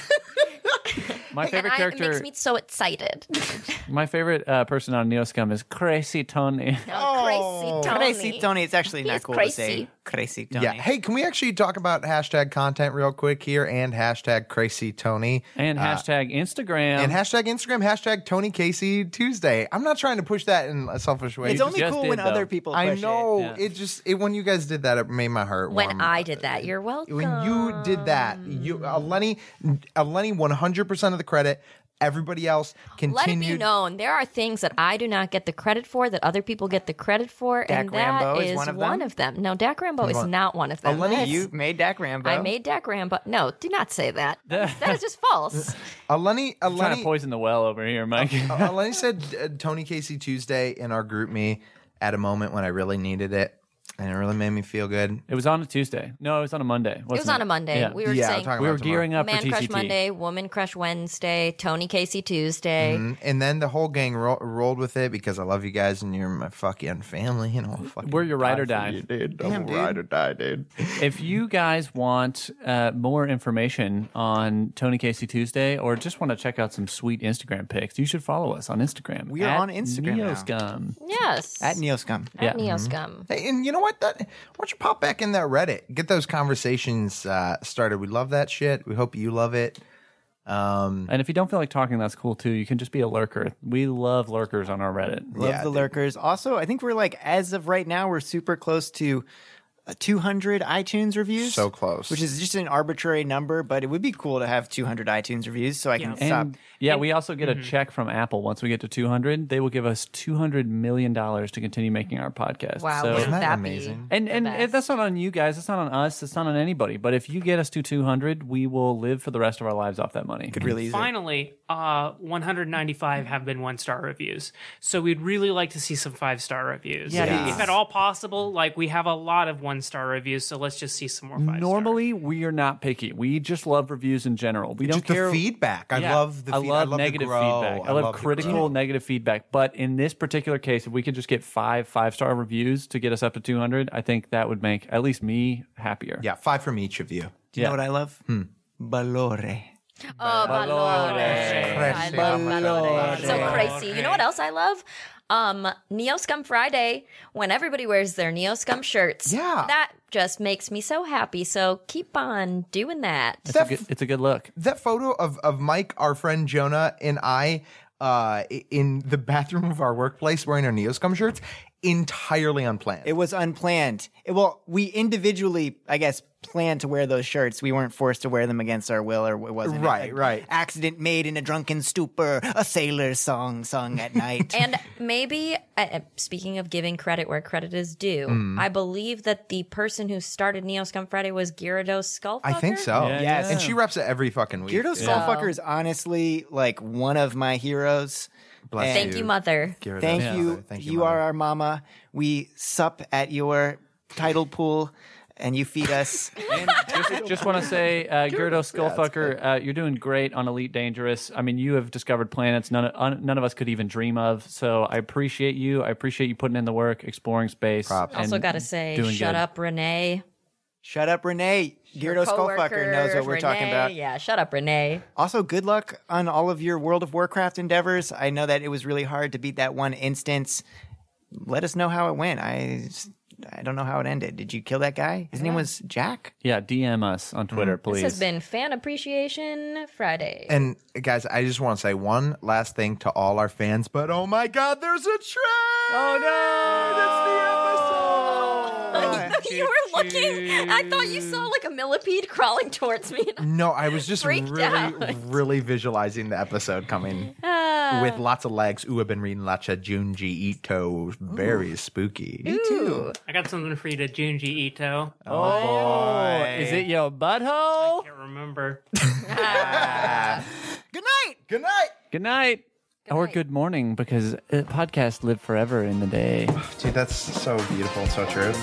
My
(laughs)
favorite
and I,
character,
It makes me so excited. (laughs)
my favorite uh, person on Neoscum is Crazy Tony. (laughs)
oh, crazy Tony.
Crazy Tony. It's actually not
He's
cool to say.
crazy.
Crazy Tony.
Yeah. Hey, can we actually talk about hashtag content real quick here and hashtag crazy Tony
and
Uh,
um, hashtag Instagram.
and hashtag Instagram hashtag Tony Casey Tuesday? I'm not trying to push that in a selfish way.
It's only
just
cool
did,
when
though.
other people.
I
push it.
know
Yeah.
it just it when you guys did that it made my heart
When
warm.
I did that, you're welcome.
when you did that you uh, Lenny uh, Lenny 100% of the credit everybody else
Let
continued
it be known there are things that I do not get the credit for that other people get the credit for,
Dak
and that
Rambo is
is
one of them? Oh,
No, Dak Rambo is not one of them.
Eleni,
You made Dak Rambo.
I made Dak Rambo. No, do not say
(laughs)
that. that is just false.
Uh, Lenny uh,
trying
Lenny
to poison the well over here, Mike.
Oh,
Uh, Lenny said uh, Tony Casey Tuesday in our group me at a moment when I really needed it, and it really made me feel good.
(laughs) it was on a Tuesday. No, it was on a Monday.
It was on a Monday.
Yeah.
We were
yeah,
saying
talking
we
about
were
tomorrow.
gearing up
Man
for
Crush
TCT.
Monday, Woman Crush Wednesday, Tony Casey Tuesday.
And then the whole gang ro- rolled with it because I love you guys and you're my fucking family. You know, I'll fucking
We're your ride or die.
dude. I'm a ride or die, dude.
(laughs) if you guys want uh, more information on Tony Casey Tuesday or just want to check out some sweet Instagram pics, you should follow us on Instagram.
We are
at
on Instagram now.
Neoscum.
Yes.
at Neoscum.
Yeah. Mm-hmm.
At Neoscum.
Hey, and you know what? That, why don't you pop back in that Reddit? Get those conversations uh, started. We love that shit. We hope you love it. Um,
And if you don't feel like talking, that's cool too. You can just be a lurker. We love lurkers on our Reddit.
Love
Yeah,
the
dude.
lurkers. Also, I think we're like as of right now, we're super close to uh, 200 iTunes reviews.
So close.
which is just an arbitrary number, but it would be cool to have 200 iTunes reviews so I can stop.
And yeah, we also get
Mm-hmm.
a check from Apple once we get to 200. They will give us 200 million dollars to continue making our podcast.
Wow,
So-
wouldn't
Isn't
that,
that
be
amazing?
and
the
and
best?
that's not on you guys. That's not on us. It's not on anybody. But if you get us to 200, we will live for the rest of our lives off that money.
Could really use it.
Finally, uh, 195 have been one star reviews. So we'd really like to see some five star reviews.
Yeah,
If at all possible, like we have a lot of one star reviews, so let's just see some more five
Normally, we are not picky. We just love reviews in general. We
just
don't care.
the feedback. I
Yeah.
love the.
I
feed-
love
the
negative
grow.
feedback. I love,
the
critical
grow.
negative feedback. But in this particular case, if we could just get five five star reviews to get us up to 200, I think that would make at least me happier.
Yeah, five from each of you.
Do you know what I love?
Hmm.
Balore.
Oh, Valore. I love Valore.
Valore.
So crazy. You know what else I love? Um, Neoscum Friday, when everybody wears their Neoscum shirts.
Yeah.
That just makes me so happy. So keep on doing that.
It's, a good, it's a good look.
that photo of of Mike, our friend (laughs) Jonah, and I uh, i- in the bathroom of our workplace wearing our Neoscum shirts entirely unplanned.
It was unplanned. It, well, we individually, I guess, planned to wear those shirts. We weren't forced to wear them against our will, or it wasn't
Right,
a-
right.
Accident made in a drunken stupor, a sailor song sung at night.
And maybe, uh, speaking of giving credit where credit is due, I believe that the person who started Neo Scum Friday was Gyarados Skullfucker.
I think so.
Yeah, Yes. yeah.
And she reps it every fucking week.
Gyarados
dude.
Skullfucker is honestly like one of my heroes.
Bless
Thank you, Mother.
Gyarados
Thank
Skullfucker.
you.
Thank
you
you, Mama.
are our mama. We sup at your tidal pool and you feed us.
just, (laughs) just want to say, uh, Gerdo Skullfucker, uh, you're doing great on Elite Dangerous. I mean, you have discovered planets none of, un, none of us could even dream of. So I appreciate you. I appreciate you putting in the work, exploring space.
Props.
Also,
and
got to say,
doing
shut
good.
up, Renee.
Shut up, Renee. Gyarados Skullfucker
Coworker,
knows what we're talking
Renee.
about.
Yeah, shut up, Renee.
Also, good luck on all of your World of Warcraft endeavors. I know that it was really hard to beat that one instance. Let us know how it went. I I don't know how it ended. Did you kill that guy? His name was Jack.
Yeah, DM us
Mm-hmm.
on Twitter, please.
This has been Fan Appreciation Friday.
And guys, I just want to say one last thing to all our fans, but oh my god, there's a train! Oh no! That's the
Oh.
(laughs) episode!
(laughs) you were looking. I thought you saw like a millipede crawling towards me. (laughs)
No, I was just
Freaked
really,
out. Ah.
really visualizing the episode coming with lots of legs. Ooh, I've been reading lots of Junji Ito. Very spooky.
Ooh.
I got something for you to Junji Ito. I
Oh, is it your butthole?
can't remember.
Good night. Good night.
Good night. or
night.
good morning, because uh, podcasts live forever in the day.
Dude, that's so beautiful and so true.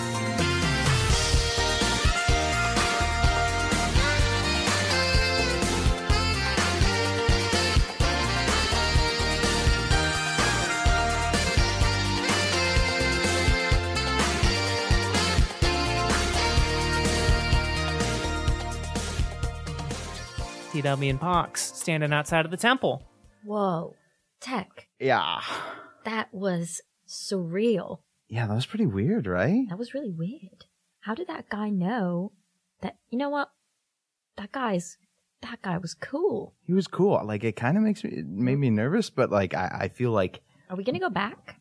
TW and Pox standing outside of the temple.
Whoa. Tech,
Yeah.
that was surreal.
Yeah, that was pretty weird, right?
That was really weird. How did that guy know that, you know what? That guy's, that guy was cool.
He was cool. Like it kind of makes me it made me nervous, but like I, I feel like
Are we gonna go back?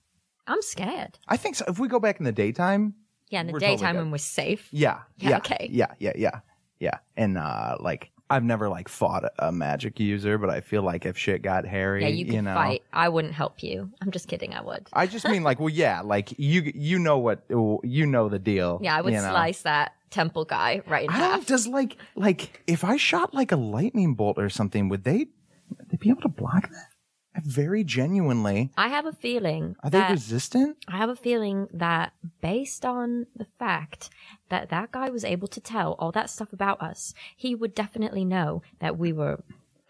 I'm scared.
I think so. If we go back in the daytime,
Yeah, in the
We're totally
daytime
good.
when we're safe.
yeah,
Yeah,
yeah,
okay.
yeah, yeah, yeah, yeah. And uh, like I've never like fought a magic user, but I feel like if shit got hairy,
Yeah, you can
know,
fight. I wouldn't help you. I'm just kidding. I would.
I just mean like, well, yeah, like you you know what you know the deal.
Yeah, I would
you know?
slice that temple guy right in
I don't.
half.
Does like like if I shot like a lightning bolt or something, would they would they be able to block that? Very genuinely,
I have a feeling
are they
that
resistant?
I have a feeling that based on the fact that that guy was able to tell all that stuff about us, he would definitely know that we were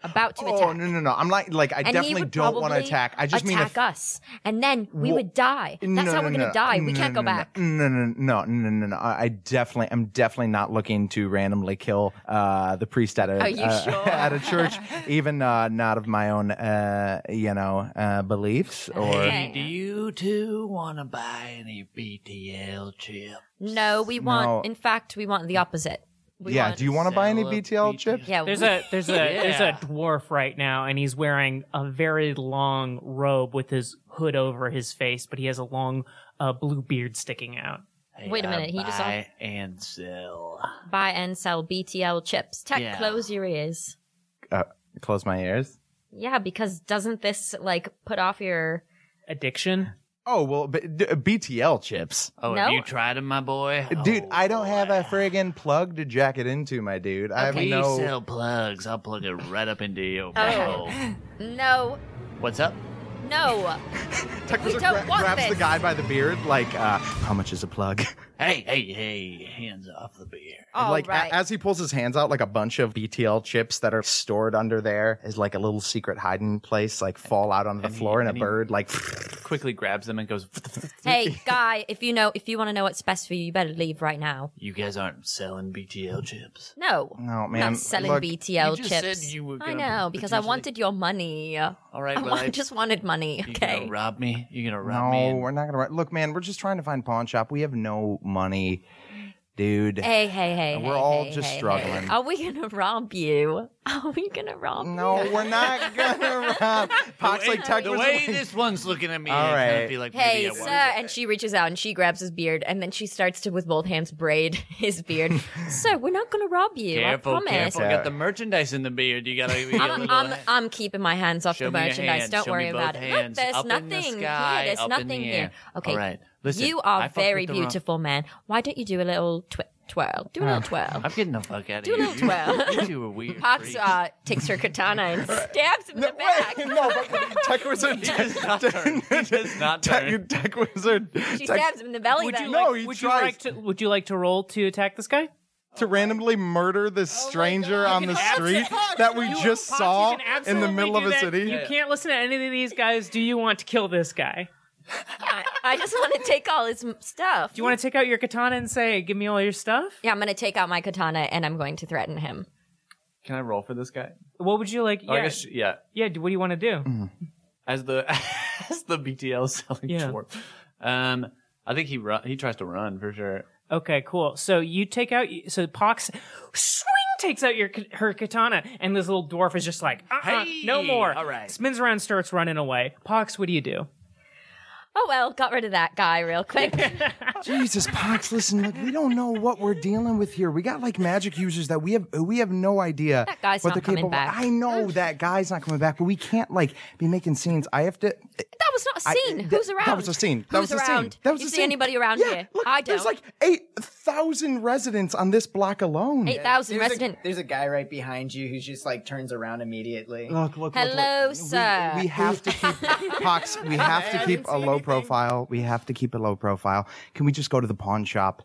about to
Oh
attack.
no no no! I'm not like I
And he
definitely
would
don't want to
probably
attack. I just mean
attack
if
us, and then we
Wha-
would die. That's
No,
how
no,
we're gonna
no,
die. we
no,
can't
no,
go
no,
back.
No, no, no, no, no, no, no. I I definitely, I'm definitely not looking to randomly kill uh, the priest at a
Are you
uh,
sure?
(laughs) at a church, even uh, not of my own, uh, you know, uh, beliefs. Or
Okay.
you two want to buy any BTL chip?
No, we want.
No.
In fact, we want the opposite. We
yeah,
want-
do you want to buy any
Salad
BTL
BTL.
chips?
Yeah,
There's
we-
a (laughs) there's a there's a dwarf right now, and he's wearing a very long robe with his hood over his face, but he has a long uh, blue beard sticking out.
Wait a minute, he just
buy and sell.
buy and sell BTL chips. Tech,
Yeah.
close your ears.
Uh, close my ears.
Yeah, because doesn't this like put off your?
Addiction.
Oh well, but, d- BTL chips,
Oh,
No.
have you tried them, my boy?
dude.
Oh,
I don't have a
boy.
friggin' plug to jack it into, my dude. I have
We
no.
Oh. sell plugs. I'll plug it right up into your
Oh.
butthole.
No,
What's up?
no.
Tucker
We don't
gra-
want
grabs the
this.
guy by the beard, like, uh, how much is a plug? (laughs)
Hey, hey, hey! Hands off the beer.
Oh,
All
like a-
Oh, right.
as he pulls his hands out, like a bunch of BTL chips that are stored under there is like a little secret hiding place, like fall out onto the
And he-
floor, and,
and
a
he-
bird like
Quickly grabs them and goes,
hey, guy, if you know, if you want to know what's best for you, you better leave right now.
You guys aren't selling BTL chips.
No,
No,
I'm
Oh, man,
not selling
look,
BTL
you just
chips.
said you were
I
gonna
know because I
potentially-
wanted your money.
All right,
I
well,
wa-
I-
just wanted money.
You
Okay.
gonna rob me? You gonna rob me?
No,
and-
we're not gonna. Look, man, we're just trying to find pawn shop. We have no money. dude.
Hey, hey, hey.
We're
hey,
all
hey,
just
hey, hey.
struggling.
Are we gonna romp you? Are we gonna romp?
No, we're
(laughs)
not gonna rob. Pox like tugged
the
was
way
like-
this one's looking at me,
All
it's gonna
right.
be like, maybe
Hey,
I
sir.
won't.
And she reaches out and she grabs his beard and then she starts to, with both hands, braid (laughs) his
(laughs)
beard. sir, we're not going to rob you. I
Careful,
promise.
careful.
Yeah.
Got the merchandise in the beard. You gotta be a
I'm,
little.
I'm, I'm keeping my hands off
Show
the
me your
merchandise.
hands.
Don't
Show me
worry
both
about it. Look,
hands.
there's
Up in the
nothing
sky,
here. There's
up in
nothing
the
here.
air.
Okay.
All right. Listen,
you
I
are
fucked with
very
the wrong-
beautiful, man. Why don't you do a little twi- twirl? Do a little twirl.
I'm getting the fuck out of
Do a
here.
little twirl.
You, you two are weird.
Pox
freaks. (laughs)
uh, takes her katana and stabs him in the back.
Wait, (laughs) no, but Tech Wizard.
Does not turn. (laughs) Does not turn.
Tech, tech Wizard.
She
Tech-
stabs him in the belly
Would you
button.
No,
like,
he
would
tries.
you like to would you like to roll to attack this guy?
to randomly murder this
Oh
stranger on the street that we just
Pox, you
saw
can
in the
absolutely
middle
do
of a
that.
city.
You can't listen to any of these guys. Do you want to kill this guy?
I, I just want to take all his m- stuff.
Do you want to take out your katana and say, "Give me all your stuff"?
yeah, I'm going to take out my katana and I'm going to threaten him.
Can I roll for this guy?
What would you like?
Oh, I
yeah,
guess yeah.
yeah. do- What do you want to do?
Mm.
As the (laughs) as the BTL selling
Yeah.
dwarf. Um, I think he run, he tries to run for sure.
Okay, cool. So you take out. So Pox swing takes out your her katana, and this little dwarf is just like, uh-uh,
Hey,
no more.
all right.
Spins around, starts running away. Pox, what do you do?
Oh, well, got rid of that guy real quick.
Jesus, Pox, listen, like, we don't know what we're dealing with here. We got like magic users that we have we have no idea.
That guy's
what
not
they're
coming
capable-
back.
I know that guy's not coming back, but we can't like be making scenes. I have to
That was not a
I-
scene.
th-
Who's around?
That was a scene. That
Who's
was a
around?
scene. That was
you
a
see
scene.
anybody around
yeah,
here?
Look,
I
There's
don't.
like 8,000 residents on this block alone.
Eight thousand
There's
resident.
A, there's a guy right behind you who just like turns around immediately.
Look, look, look,
Hello,
look.
sir.
We, we (laughs) have to keep Pox. We have to keep a low profile. We have to keep a low profile. Can we just go to the pawn shop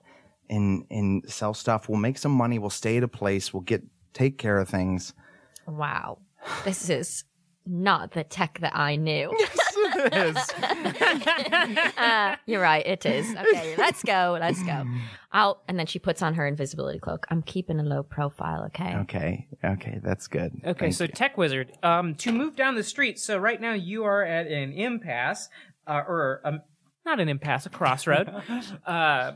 and and sell stuff? We'll make some money. We'll stay at a place. We'll get take care of things.
(sighs)
Wow, this is not the tech that
(laughs)
I knew.
It is.
Uh, you're right. It is. Okay, let's go. Let's
(laughs)
go. I'll. And then she puts on her invisibility cloak. I'm keeping a low profile. Okay.
(laughs) okay, okay, that's good.
Okay, so Tech Wizard, um, to move down the street. So right now you are at an impasse, uh, or um, not an impasse, a
(laughs)
crossroad. uh,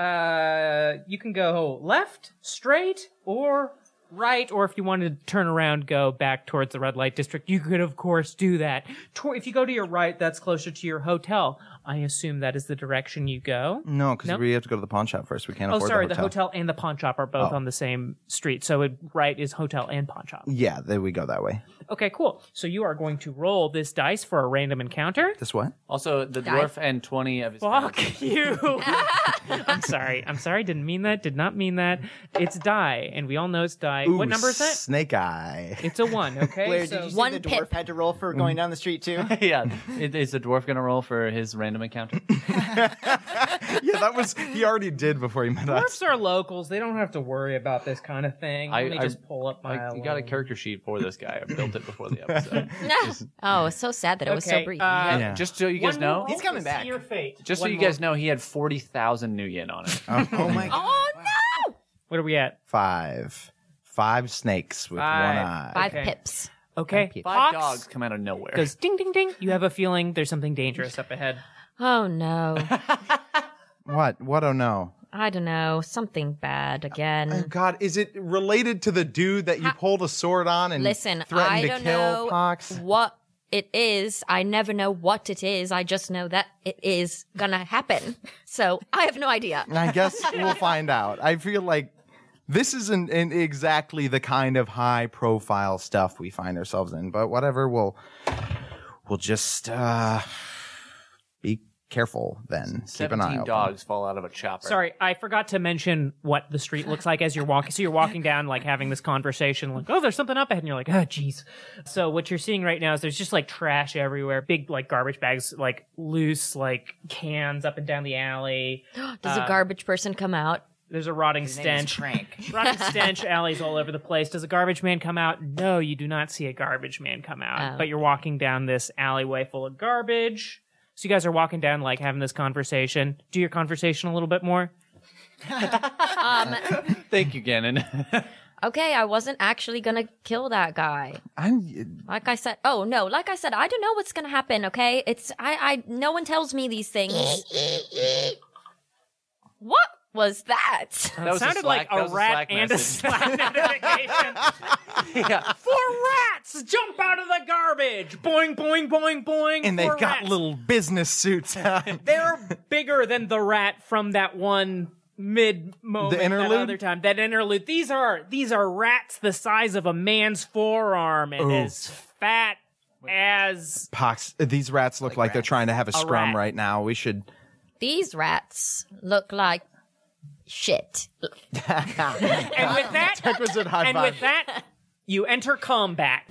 uh, you can go left, straight, or right, or if you wanted to turn around, go back towards the red light district. You could, of course, do that. Tor- if you go to your right, that's closer to your hotel. I assume that is the direction you go.
no, because
No?
we have to go to the pawn shop first. We can't
Oh,
afford
sorry.
Mm. the
The
hotel.
hotel and the pawn shop are both
Oh.
on the same street, so it, right is hotel and pawn shop.
Yeah, there we go that way.
Okay, cool. So you are going to roll this dice for a random encounter.
This what?
Also, the
Die.
dwarf and twenty of his.
Fuck you.
(laughs)
I'm sorry. I'm sorry. Didn't mean that. Did not mean that. It's die, and we all know it's die.
Ooh,
what number is that? (laughs)
Snake Eye.
It's a one. Mm-hmm. Okay.
Where
so
did you say
One
the dwarf
pip.
had to roll for going down the street
(laughs)
too? (laughs)
(laughs) yeah, is, is the dwarf gonna roll for his random
(laughs)
encounter?
yeah, that was he already did before he met us.
dwarfs are locals. They don't have to worry about this kind of thing.
I-
Let me
I-
just pull up my.
I got a
little-
character sheet for this guy. I built it before the
(laughs)
episode.
(laughs) oh, it's so sad that it was so
Okay,
brief.
uh,
Yeah.
Just so you guys
One more
know,
roll
He's coming
to see
back.
Your fate.
just so
One
you
more-
guys know, he had forty thousand new yen on it.
oh
(laughs)
my god.
oh no!
What are we at?
Five. Five snakes with
Five.
one eye.
Five
Okay.
pips.
Okay. Fox
Five dogs come out of nowhere.
Goes ding ding ding. You have a feeling there's something dangerous up ahead. (laughs)
Oh no!
What? What? Oh no!
I don't know. Something bad again.
Oh God! Is it related to the dude that you pulled a sword on and
Listen,
threatened
I
to
don't
kill
know
Pox?
what it is. I never know what it is. I just know that it is gonna happen. So I have no idea.
I guess we'll find out. I feel like this isn't an, exactly the kind of high-profile stuff we find ourselves in, but whatever. We'll we'll just uh, be careful then. Keep an eye
Seventeen
out.
dogs fall out of a chopper.
Sorry, I forgot to mention what the street looks like as you're walking. So you're walking down, like having this conversation, like, oh, there's something up ahead. And you're like, oh, jeez. So what you're seeing right now is there's just like trash everywhere, big like garbage bags, like loose like cans up and down the alley.
Does
Uh,
a garbage person come out?
There's a rotting
Stench.
stench.
Frank.
(laughs) Rotting stench alleys all over the place. Does a garbage man come out? No, you do not see a garbage man come out. But you're walking down this alleyway full of garbage. So you guys are walking down, like having this conversation. Do your conversation a little bit more.
Thank you, (laughs) Ganon.
Okay, I wasn't actually gonna kill that guy.
I'm
Like I said, oh no, like I said, I don't know what's gonna happen. Okay, it's I, I, no one tells me these things. what? was that?
That was a
sounded
Slack- that
like a
was a
rat
Slack
and
message.
a
(laughs)
Slack notification.
(laughs)
yeah.
Four rats jump out of the garbage. Boing, boing, boing, boing.
And they've
Four
got
rats.
little business suits on.
They're bigger than the rat from that one mid moment
The
that
interlude?
other time. That interlude. These are these are rats the size of a man's forearm and as fat as
Pox, uh, these rats look like, they're trying to have a, scrum
rat.
right now. We should.
These rats look like shit.
and
(laughs)
with that
Requisite high
and with that you enter combat.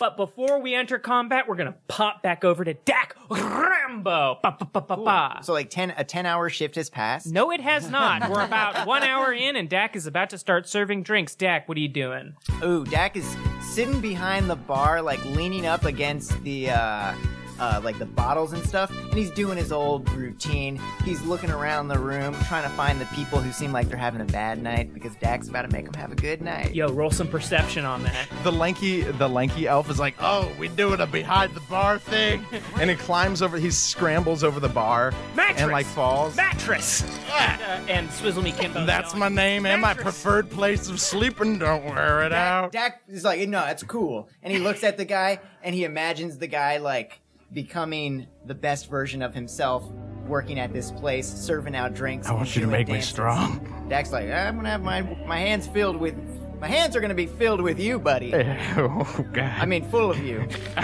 But before we enter combat, we're gonna pop back over to Dak Rambo. Ba, ba, ba, ba, ba.
so like ten a ten hour shift has passed.
No, it has not. We're about one hour in, and Dak is about to start serving drinks. Dak, what are you doing?
Ooh, Dak is sitting behind the bar, like leaning up against the uh, uh, like the bottles and stuff, and he's doing his old routine. He's looking around the room, trying to find the people who seem like they're having a bad night because Dak's about to make them have a good night.
Yo, roll some perception on that.
The lanky, the lanky elf is like, "Oh, we're doing a behind the bar (laughs) thing," and he climbs over. He scrambles over the bar
Mattress.
and like falls.
Mattress. And, uh, and Swizzle Me Kimbo.
That's my name and my
Mattress.
preferred place of sleeping. Don't wear it out.
Dak is like, no, that's cool, and he looks at the guy and he imagines the guy like becoming the best version of himself. Working at this place, serving out drinks.
I want you to make me strong.
Dak's like, I'm gonna have my my hands filled with, my hands are gonna be filled with you, buddy.
Oh God!
I mean, full of you.
I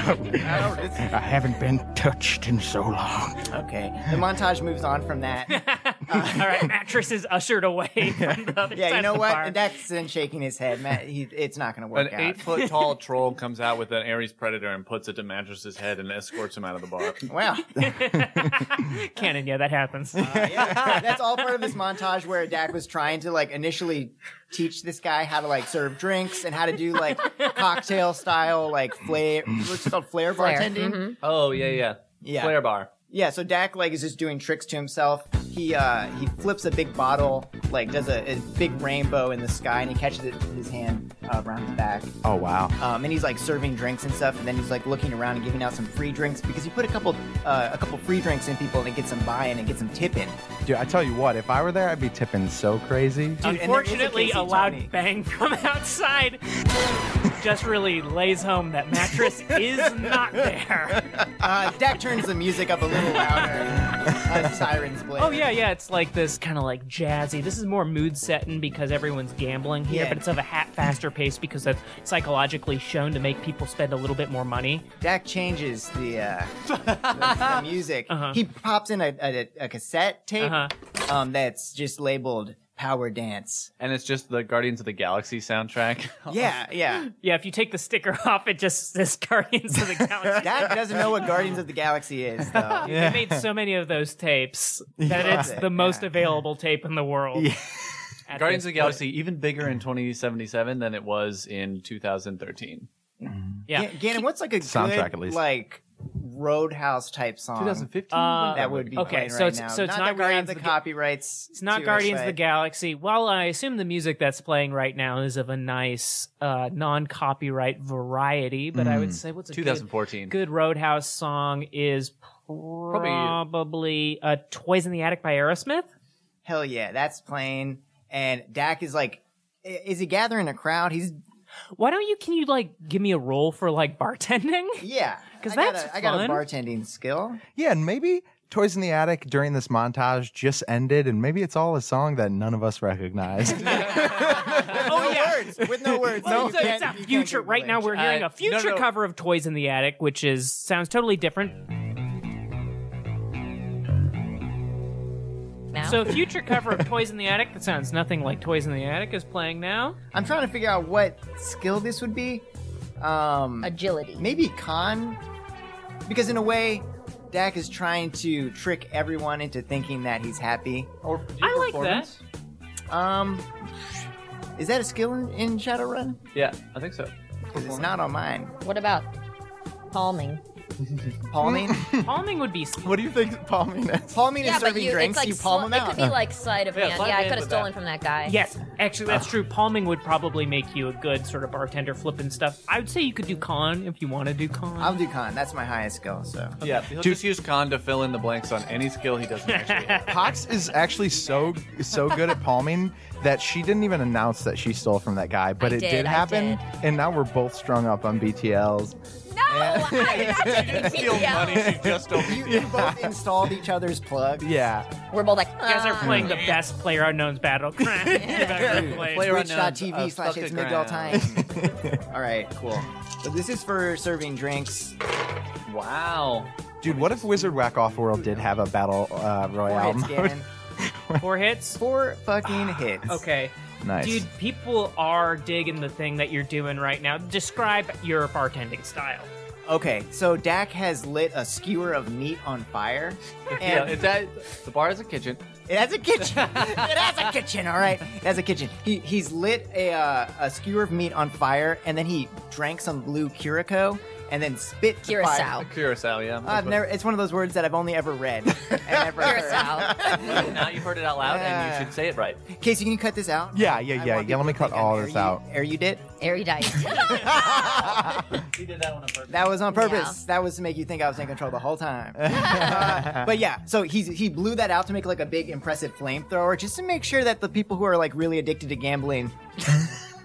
haven't been touched in so long.
Okay. The montage moves on from that.
All right, mattress is ushered away (laughs) from the other side
Yeah, you know
of the
what?
bar.
And Dax then shaking his head. Matt, he, it's not going to
An
work out.
eight foot tall troll comes out with an Ares predator and puts it to Mattress's head and escorts him out of the bar.
Wow.
Canon, yeah, that happens.
Yeah, (laughs) that's all part of this montage where Dak was trying to like initially teach this guy how to like serve drinks and how to do like cocktail style like flair. What's it called? Flair bartending.
Oh yeah, yeah.
Yeah.
Flare bar.
Yeah, so Dak like is just doing tricks to himself. He uh he flips a big bottle, like does a, a big rainbow in the sky, and he catches it with his hand uh, around his back.
Oh wow!
Um, and he's like serving drinks and stuff, and then he's like looking around and giving out some free drinks because you put a couple uh, a couple free drinks in people and it gets them buy-in and gets them tipping.
Dude, I tell you what, if I were there, I'd be tipping so crazy.
Dude, and there is a
Unfortunately,
Casey
a loud
Tony.
bang from (laughs) outside just really lays home that mattress is not there.
Uh, Dak turns the music up a little louder. uh, sirens blare.
(laughs) Oh yeah, yeah, it's like this kind of like jazzy. This is more mood setting because everyone's gambling here,
Yeah.
but it's of a hat faster pace because that's psychologically shown to make people spend a little bit more money.
Dak changes the uh,
(laughs)
the, the music.
Uh-huh.
He pops in a, a, a cassette tape um, that's just labeled "Power Dance."
And it's just the Guardians of the Galaxy soundtrack. (laughs)
Yeah, yeah.
Yeah, if you take the sticker (laughs) off, it just says Guardians of the (laughs) Galaxy.
Dak doesn't know what Guardians of the Galaxy is, though.
They made so many of
(laughs)
those tapes that
Yeah.
it's the most available tape in the world. At
Guardians
this
of the Galaxy even bigger in 2077 than it was in 2013.
point. (laughs) Yeah.
Gan- Gannon, what's like a
Soundtrack,
good,
at least.
Like
Roadhouse type song?
2015.
Uh,
Um, that would be
Okay,
playing
so
right
it's-
now.
so it's not
that we have
Guardians
the
of the Ga-
copyrights.
It's not
to it,
Guardians of the
but-
Galaxy. While I assume the music that's playing right now is of a nice uh, non-copyright variety, but I would say what's a good-
2014.
good, Roadhouse song is probably, uh, "Toys in the Attic" by Aerosmith.
Hell yeah, that's playing. And Dak is like, i- is he gathering a crowd? He's
Why don't you? Can you like give me a role for like bartending?
yeah.
'Cause
I got
that's
a- I got a
fun.
bartending skill.
Yeah, and maybe Toys in the Attic during this montage just ended, and maybe it's all a song that none of us (laughs) recognized.
oh (laughs) yeah.
Words with no words.
(laughs) Well,
You
it's, a,
can't-
it's
you
a
can't
future.
get
Right now, we're
relation.
hearing
Uh,
a future
no, no.
cover of "Toys in the Attic," which is sounds totally different.
Mm-hmm. Now,
So, a future cover of "Toys in the Attic" that sounds nothing like "Toys in the Attic" is playing now.
I'm trying to figure out what skill this would be. Um,
agility.
maybe con, because in a way, Dak is trying to trick everyone into thinking that he's happy.
Or
I like
performance?
Um, is that a skill in, in Shadowrun?
Yeah, I think so.
Because it's not on mine.
What about palming?
(laughs) Palming?
Palming would be.
What do you think palming is?
Palming
yeah,
is
but
serving
you,
drinks.
it's like
you palm
sl-
them
It
out.
could be like sleight of
Yeah,
hand.
sleight
Yeah,
of
I
hand
could have
with that.
stolen from that guy.
Yes, actually, that's true. Palming would probably make you a good sort of bartender, flipping stuff. I would say you could do con if you want to do con.
I'll do con. That's my highest skill. So
Yeah, he'll just use con to fill in the blanks on any skill he doesn't actually
(laughs)
have.
Cox is actually so so good at palming that she didn't even announce that she stole from that guy, but
I
it
did,
did,
I
happen,
did.
and now we're both strung up on BTLs.
No,
(laughs)
I'm not taking
Steal money,
video.
she just don't.
(laughs)
(laughs)
you, you both installed each other's plugs.
Yeah,
We're both like,
You guys are
"Ah."
playing the best Player Unknown's Battleground (laughs) you've ever played.
Player
Twitch.tv slash it's midgall time. (laughs) All right, cool. So this is for serving drinks.
Wow.
dude, what if Wizard Whack Off World did have a battle uh,
Four
royale
hits,
mode? (laughs)
Gannon.
Four hits.
Four fucking (laughs) hits.
Okay.
Nice.
Dude, people are digging the thing that you're doing right now. Describe your bartending style.
Okay, so Dak has lit a skewer of meat on (laughs) fire.
Yeah,
And
it's at, the bar is a kitchen.
It has a kitchen. it has a kitchen. All right, it has a kitchen. He he's lit a uh, a skewer of meat on fire, and then he drank some blue curacao, and then spit the fire-
Curacao.
Curacao, yeah.
I've never. It's one of those words that I've only ever
(laughs)
read.
"Uh,
and never heard.
Curacao.
Now you've heard it out loud,
Yeah.
and you should say it right.
Casey, can you cut this out?
Yeah, yeah,
I
yeah,
want
yeah, let
people
me
to
cut
think I'm
all this
air-
out.
Air you did.
Erudite. (laughs)
He did that one on purpose.
That was on purpose. That was to make you think I was in control the whole time. Uh, but yeah, so he he blew that out to make like a big impressive flamethrower, just to make sure that the people who are like really addicted to gambling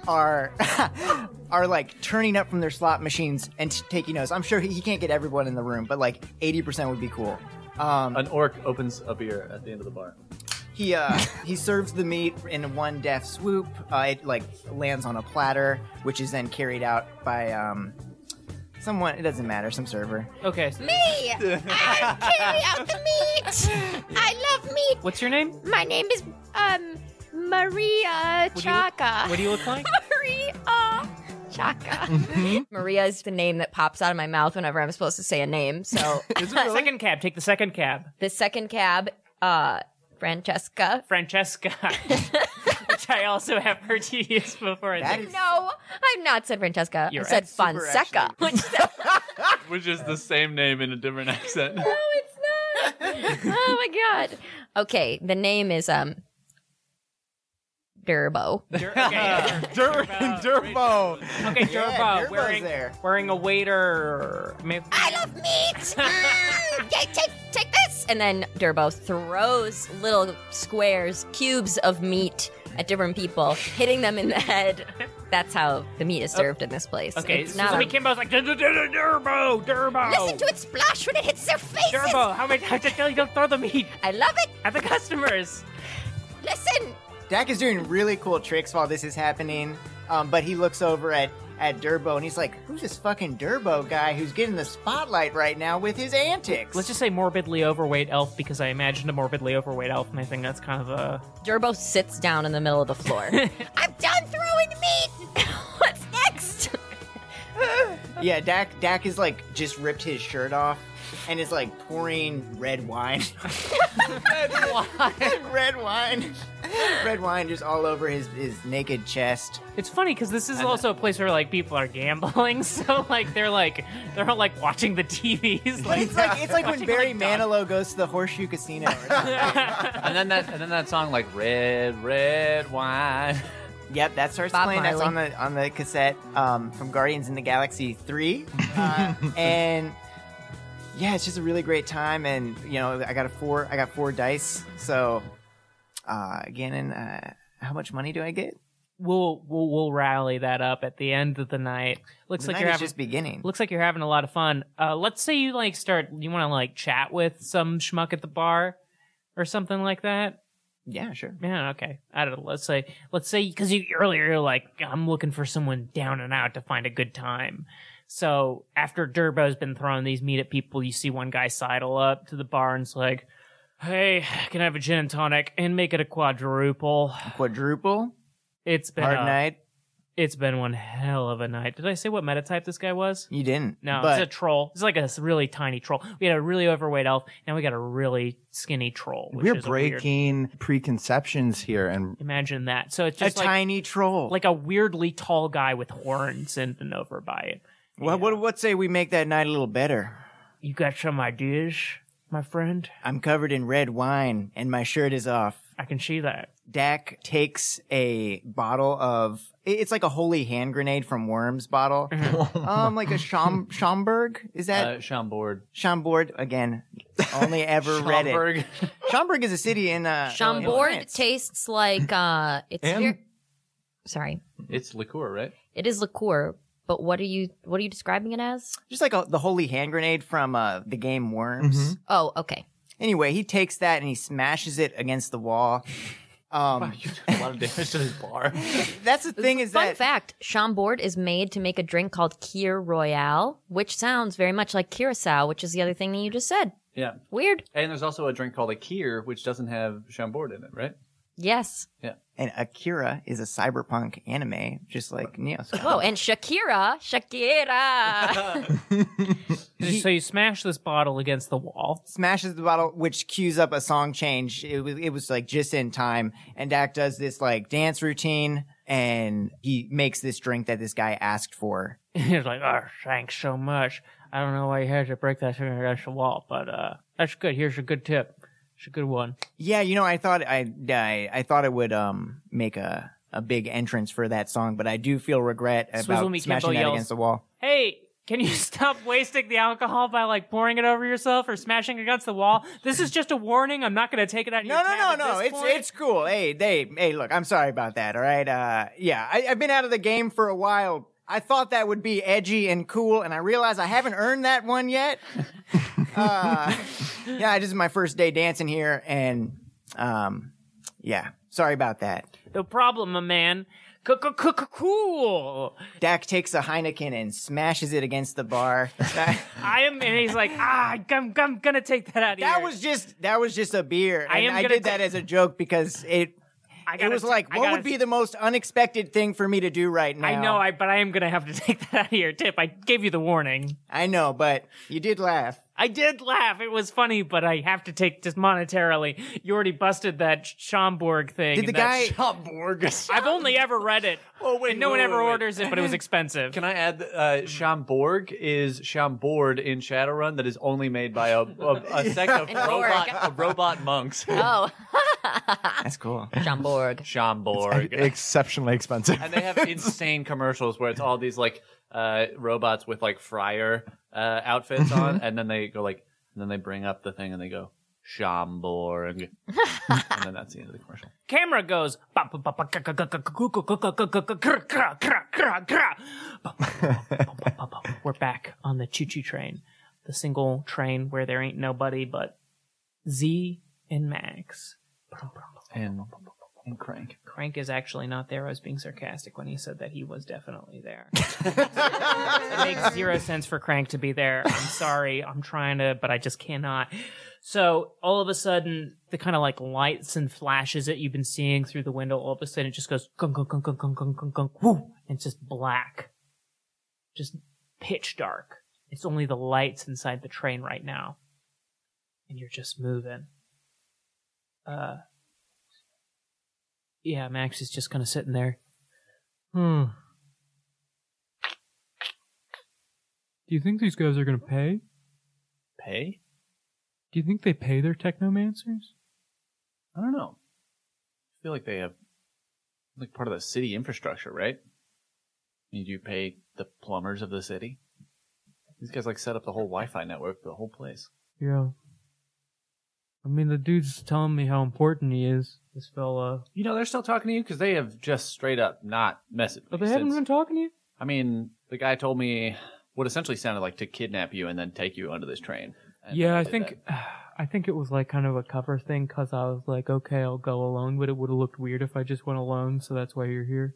are (laughs) are like turning up from their slot machines and t- taking notes. I'm sure he, he can't get everyone in the room, but like 80% would be cool. Um,
An orc opens a beer at the end of the bar.
he uh, he serves the meat in one deft swoop. Uh, it like lands on a platter, which is then carried out by um, someone. It doesn't matter, some server.
Okay. so-
Me! I carry out the meat! I love meat!
What's your name?
My name is um Maria
What do you-
Chaka.
What do you
(laughs)
Mm-hmm. look like?
(laughs) Maria Chaka.
Maria is the name that pops out of my mouth whenever I'm supposed to say a
(laughs)
name. So
Second cab. Take the second cab.
the second cab, uh, Francesca.
(laughs)
Francesca, which I also have heard you use before. I
That
think.
is
No, I've not said Francesca.
You're
I said
right. Super
(laughs) Fonseca.
actually.
Which no,
Which is the same name in a different (laughs) accent.
it's not.
(laughs)
Oh my god. Okay, the name is um Durbo.
(laughs)
Dur- okay,
Dur- Durbo.
okay Durba,
Yeah, Durbo's
wearing
there.
wearing a waiter. ma-
I love
(laughs)
meat. Mm, yeah, take take this. And then Durbo throws little squares, cubes of meat at different people, hitting them in the head. That's how the meat is served in this place.
Oh. Okay,
it's
so
not
somebody
a-
came by was like Durbo, Durbo.
Listen to it splash when it hits their faces.
Durbo, how many times I tell you don't throw the meat
I love it.
at the customers?
Listen.
Dak is doing really cool tricks while this is happening, um, but he looks over at at Durbo and he's like, "Who's this fucking Durbo guy who's getting the spotlight right now with his antics?"
Let's just say morbidly overweight elf because I imagined a morbidly overweight elf, and I think that's kind of a
Durbo sits down in the middle of the
(laughs)
floor. I'm done throwing meat. (laughs) What's next?
yeah, Dak Dak is like just ripped his shirt off and is like pouring red (laughs) wine, red wine, red wine just all over his his naked chest.
It's funny because this is also a place where like people are gambling, (laughs) so like they're like they're all like watching the TVs.
(laughs)
But
Like,
it's like it's (laughs) like when
Watching,
Barry
like, Don-
Manilow goes to the Horseshoe Casino. Or something.
and then that and then that song like red, red wine.
Yep, that starts
Bob
playing. That's
Marley.
on the on the cassette um, from Guardians in the Galaxy
(laughs)
three, uh, and yeah, it's just a really great time. And you know, I got a four. I got four dice. So, uh, Gannon, uh, how much money do I get?
we'll, we'll we'll rally that up at the end of the night. Looks
The
like
night
you're
is
having
just beginning.
looks like you're having a lot of fun. Uh, let's say you like start you want to like chat with some schmuck at the bar or something like that.
Yeah,
(sighs)
sure.
Yeah, okay. I don't know. Let's say, let's say, because you earlier you're like, I'm looking for someone down and out to find a good time. So after Durbo's been throwing these meat at people, you see one guy sidle up to the bar and's like, "Hey, can I have a gin and tonic and make it a quadruple?"
Quadruple
It's been
hard
a-
night.
It's been one hell of a night. Did I say what meta type this guy was?
You didn't.
No,
but
it's a troll. It's like a s- really tiny troll. We had a really overweight elf. Now we got a really skinny troll. which
We're
is a weird-
breaking preconceptions here, and
Imagine that. So it's
a,
just like,
tiny troll. Like
like a weirdly tall guy with horns and an overbite.
what? What? What say we make that night a little better?
You got some ideas, my friend?
I'm covered in red wine and my shirt is off.
I can see that.
Dak takes a bottle of it- it's like a holy hand grenade from Worms bottle. (laughs) um like a Schom- Schomburg? Is that
Uh, Schomburg.
Schomburg again? Only ever read it. Schomburg is a city in uh in
Chambord
France.
tastes like uh, it's very- sorry,
It's liqueur, right? (laughs)
it is liqueur. But what are you what are you describing it as?
Just like a, the holy hand grenade from uh the game Worms.
Oh, okay.
Anyway, he takes that and he smashes it against the wall. Um,
You took a lot of damage to this
(laughs)
bar.
that's the thing is
Fun
that
fact: Chambord is made to make a drink called Kir Royale, which sounds very much like curacao, which is the other thing that you just said.
Yeah.
Weird.
And there's also a drink called a Kier, which doesn't have Chambord in it, right?
Yes.
and Akira is a cyberpunk anime, just like Neo.
Oh, and Shakira, Shakira.
so you smash this bottle against the
(laughs)
wall.
smashes the bottle, which cues up a song change. It was it was like just in time, and Dak does this like dance routine, and he makes this drink that this guy asked for.
He's like, oh, thanks so much. I don't know why you had to break that thing against the wall, but uh, that's good. Here's a good tip. It's a good one.
Yeah, you know, I thought I I, I thought it would um make a a big entrance for that song, but I do feel regret about
Mikimbo
smashing that
yells-
against the wall.
Hey, can you (laughs) stop wasting the alcohol by like pouring it over yourself or smashing it against the wall? This is just a warning. I'm not going to take it out. of
No,
your
no, no,
tab at
no.
this
It's
point.
it's cool. Hey, they hey, look, I'm sorry about that. All right. Uh yeah, I, I've been out of the game for a while. I thought that would be edgy and cool, and I realize I haven't earned that one
(laughs)
yet. uh, yeah, this is my first day dancing here, and um, yeah, sorry about that.
no problem, my man. Cool.
Dak takes a Heineken and smashes it against the
(laughs)
bar. That,
I am, and he's like, ah, I'm, I'm gonna take that out of
that
here.
was just that was just a beer, and
I am
I,
gonna
did that
ta-
as a joke because it
I
it
gotta
was
t-
like
I
what
gotta
would be the most unexpected thing for me to do right now.
I know, I but I am gonna have to (laughs) take that out of your tip. I gave you the warning.
I know, but you did laugh.
I did laugh. It was funny, but I have to take just monetarily. You already busted that Schomburg thing.
Did the
and that
guy?
sh- (laughs) I've only ever read it. Oh wait, no one ever orders it, but it was expensive.
Can I add uh, Schomburg is Schomboard in Shadowrun that is only made by a, a,
(laughs)
a sect of robot, of robot monks.
oh,
That's cool.
Chambord.
Schomborg.
Exceptionally
(laughs)
expensive.
and they have insane commercials where it's all these like uh, robots with like friar uh, outfits on, and then they go like, and then they bring up the thing and they go Schomborg, and then that's the end of the commercial.
Camera goes. "Ba- ba- ba- ba- ka- ka- ka- ka- ka- ka- ka- ka- ka- ka- kra- kra- kra- kra- kra." Ba- ba- ba- ba- ba- ba- ba. We're back on the choo-choo train, the single train where there ain't nobody but Z and Max.
And, and crank.
Crank is actually not there. I was being sarcastic when he said that he was definitely there. it makes zero sense for Crank to be there. I'm sorry. I'm trying to, but I just cannot. So all of a sudden, the kind of like lights and flashes that you've been seeing through the window, all of a sudden it just goes gunk, gunk, gunk, gunk, gunk, gunk, gunk, gunk, whoo, and it's just black. Just pitch dark. It's only the lights inside the train right now. And you're just moving. Uh, yeah, Max is just kind of sitting there. Hmm.
Do you think these guys are going to pay?
Pay?
Do you think they pay their technomancers?
I don't know. I feel like they have like part of the city infrastructure, right? You do pay the plumbers of the city. These guys like set up the whole Wi-Fi network for the whole place.
Yeah. I mean, the dude's telling me how important he is, this fella.
You know, they're still talking to you because they have just straight up not messaged.
But
me
Oh, they haven't
since-
been talking to you?
I mean, the guy told me what essentially sounded like to kidnap you and then take you onto this train. And
yeah,
they
I
did
think (sighs) I think it was like kind of a cover thing because I was like, okay, I'll go alone, but it would have looked weird if I just went alone, so that's why you're here.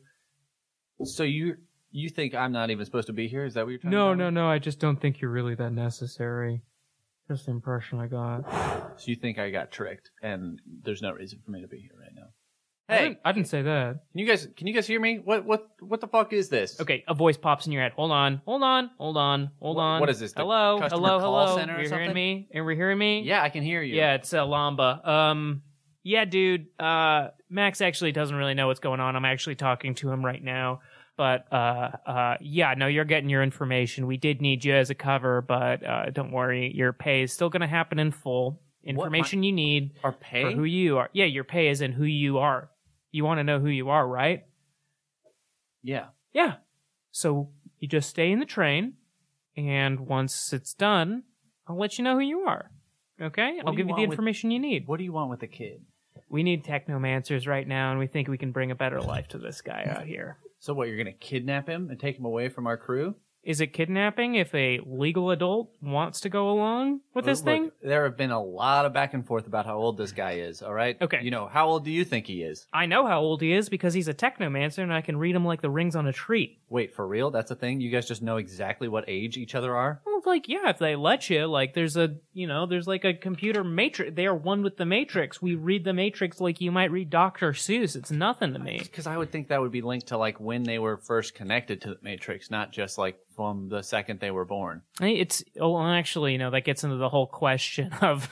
that. So you you think I'm not even supposed to be here? Is that what you're trying
No,
to
no, no, I just don't think you're really that necessary. Just the impression I got.
no. So you think I got tricked and there's no reason for me to be here right now.
I
Hey,
didn't, I didn't say that.
Can you guys can you guys hear me? What what what the fuck is this?
Okay, a voice pops in your head. Hold on, hold on, hold on, hold
What-
on.
what is this, the
Hello,
customer
hello,
call
hello.
center or
You're hearing
something?
me? Are we hearing me?
Yeah, I can hear you.
Yeah, it's uh, Lamba. Um, yeah, dude. Uh, Max actually doesn't really know what's going on. I'm actually talking to him right now.
But uh, uh, yeah, no, you're getting your information. We did need you as a cover, but uh, don't worry, your pay is still going to happen in full. Information you need
Our pay?
for who you are. Yeah, your pay is in who you are. You want to know who you are, right?
Yeah.
Yeah. So you just stay in the train, and once it's done, I'll let you know who you are. Okay?
What
I'll
do
give you
want
the
with-
information you need.
What do you want with the kid?
We need technomancers right now, and we think we can bring a better life to this guy out here.
So what? You're gonna kidnap him and take him away from our crew?
Is it kidnapping if a legal adult wants to go along with this
Uh, Oh, Look,
thing?
There have been a lot of back and forth about how old this guy is. All right.
Okay.
You know, how old do you think he is?
I know how old he is because he's a technomancer and I can read him like the rings on a tree.
Wait, for real? That's a thing. You guys just know exactly what age each other are.
Well, like, yeah, if they let you, like, there's a, you know, there's like a computer matrix. They are one with the matrix. We read the matrix like you might read Dr. Seuss. It's nothing to me.
Because I would think that would be linked to like when they were first connected to the Matrix, not just like from the second they were born.
I- It's oh, well, actually, you know, that gets into the whole question (laughs) of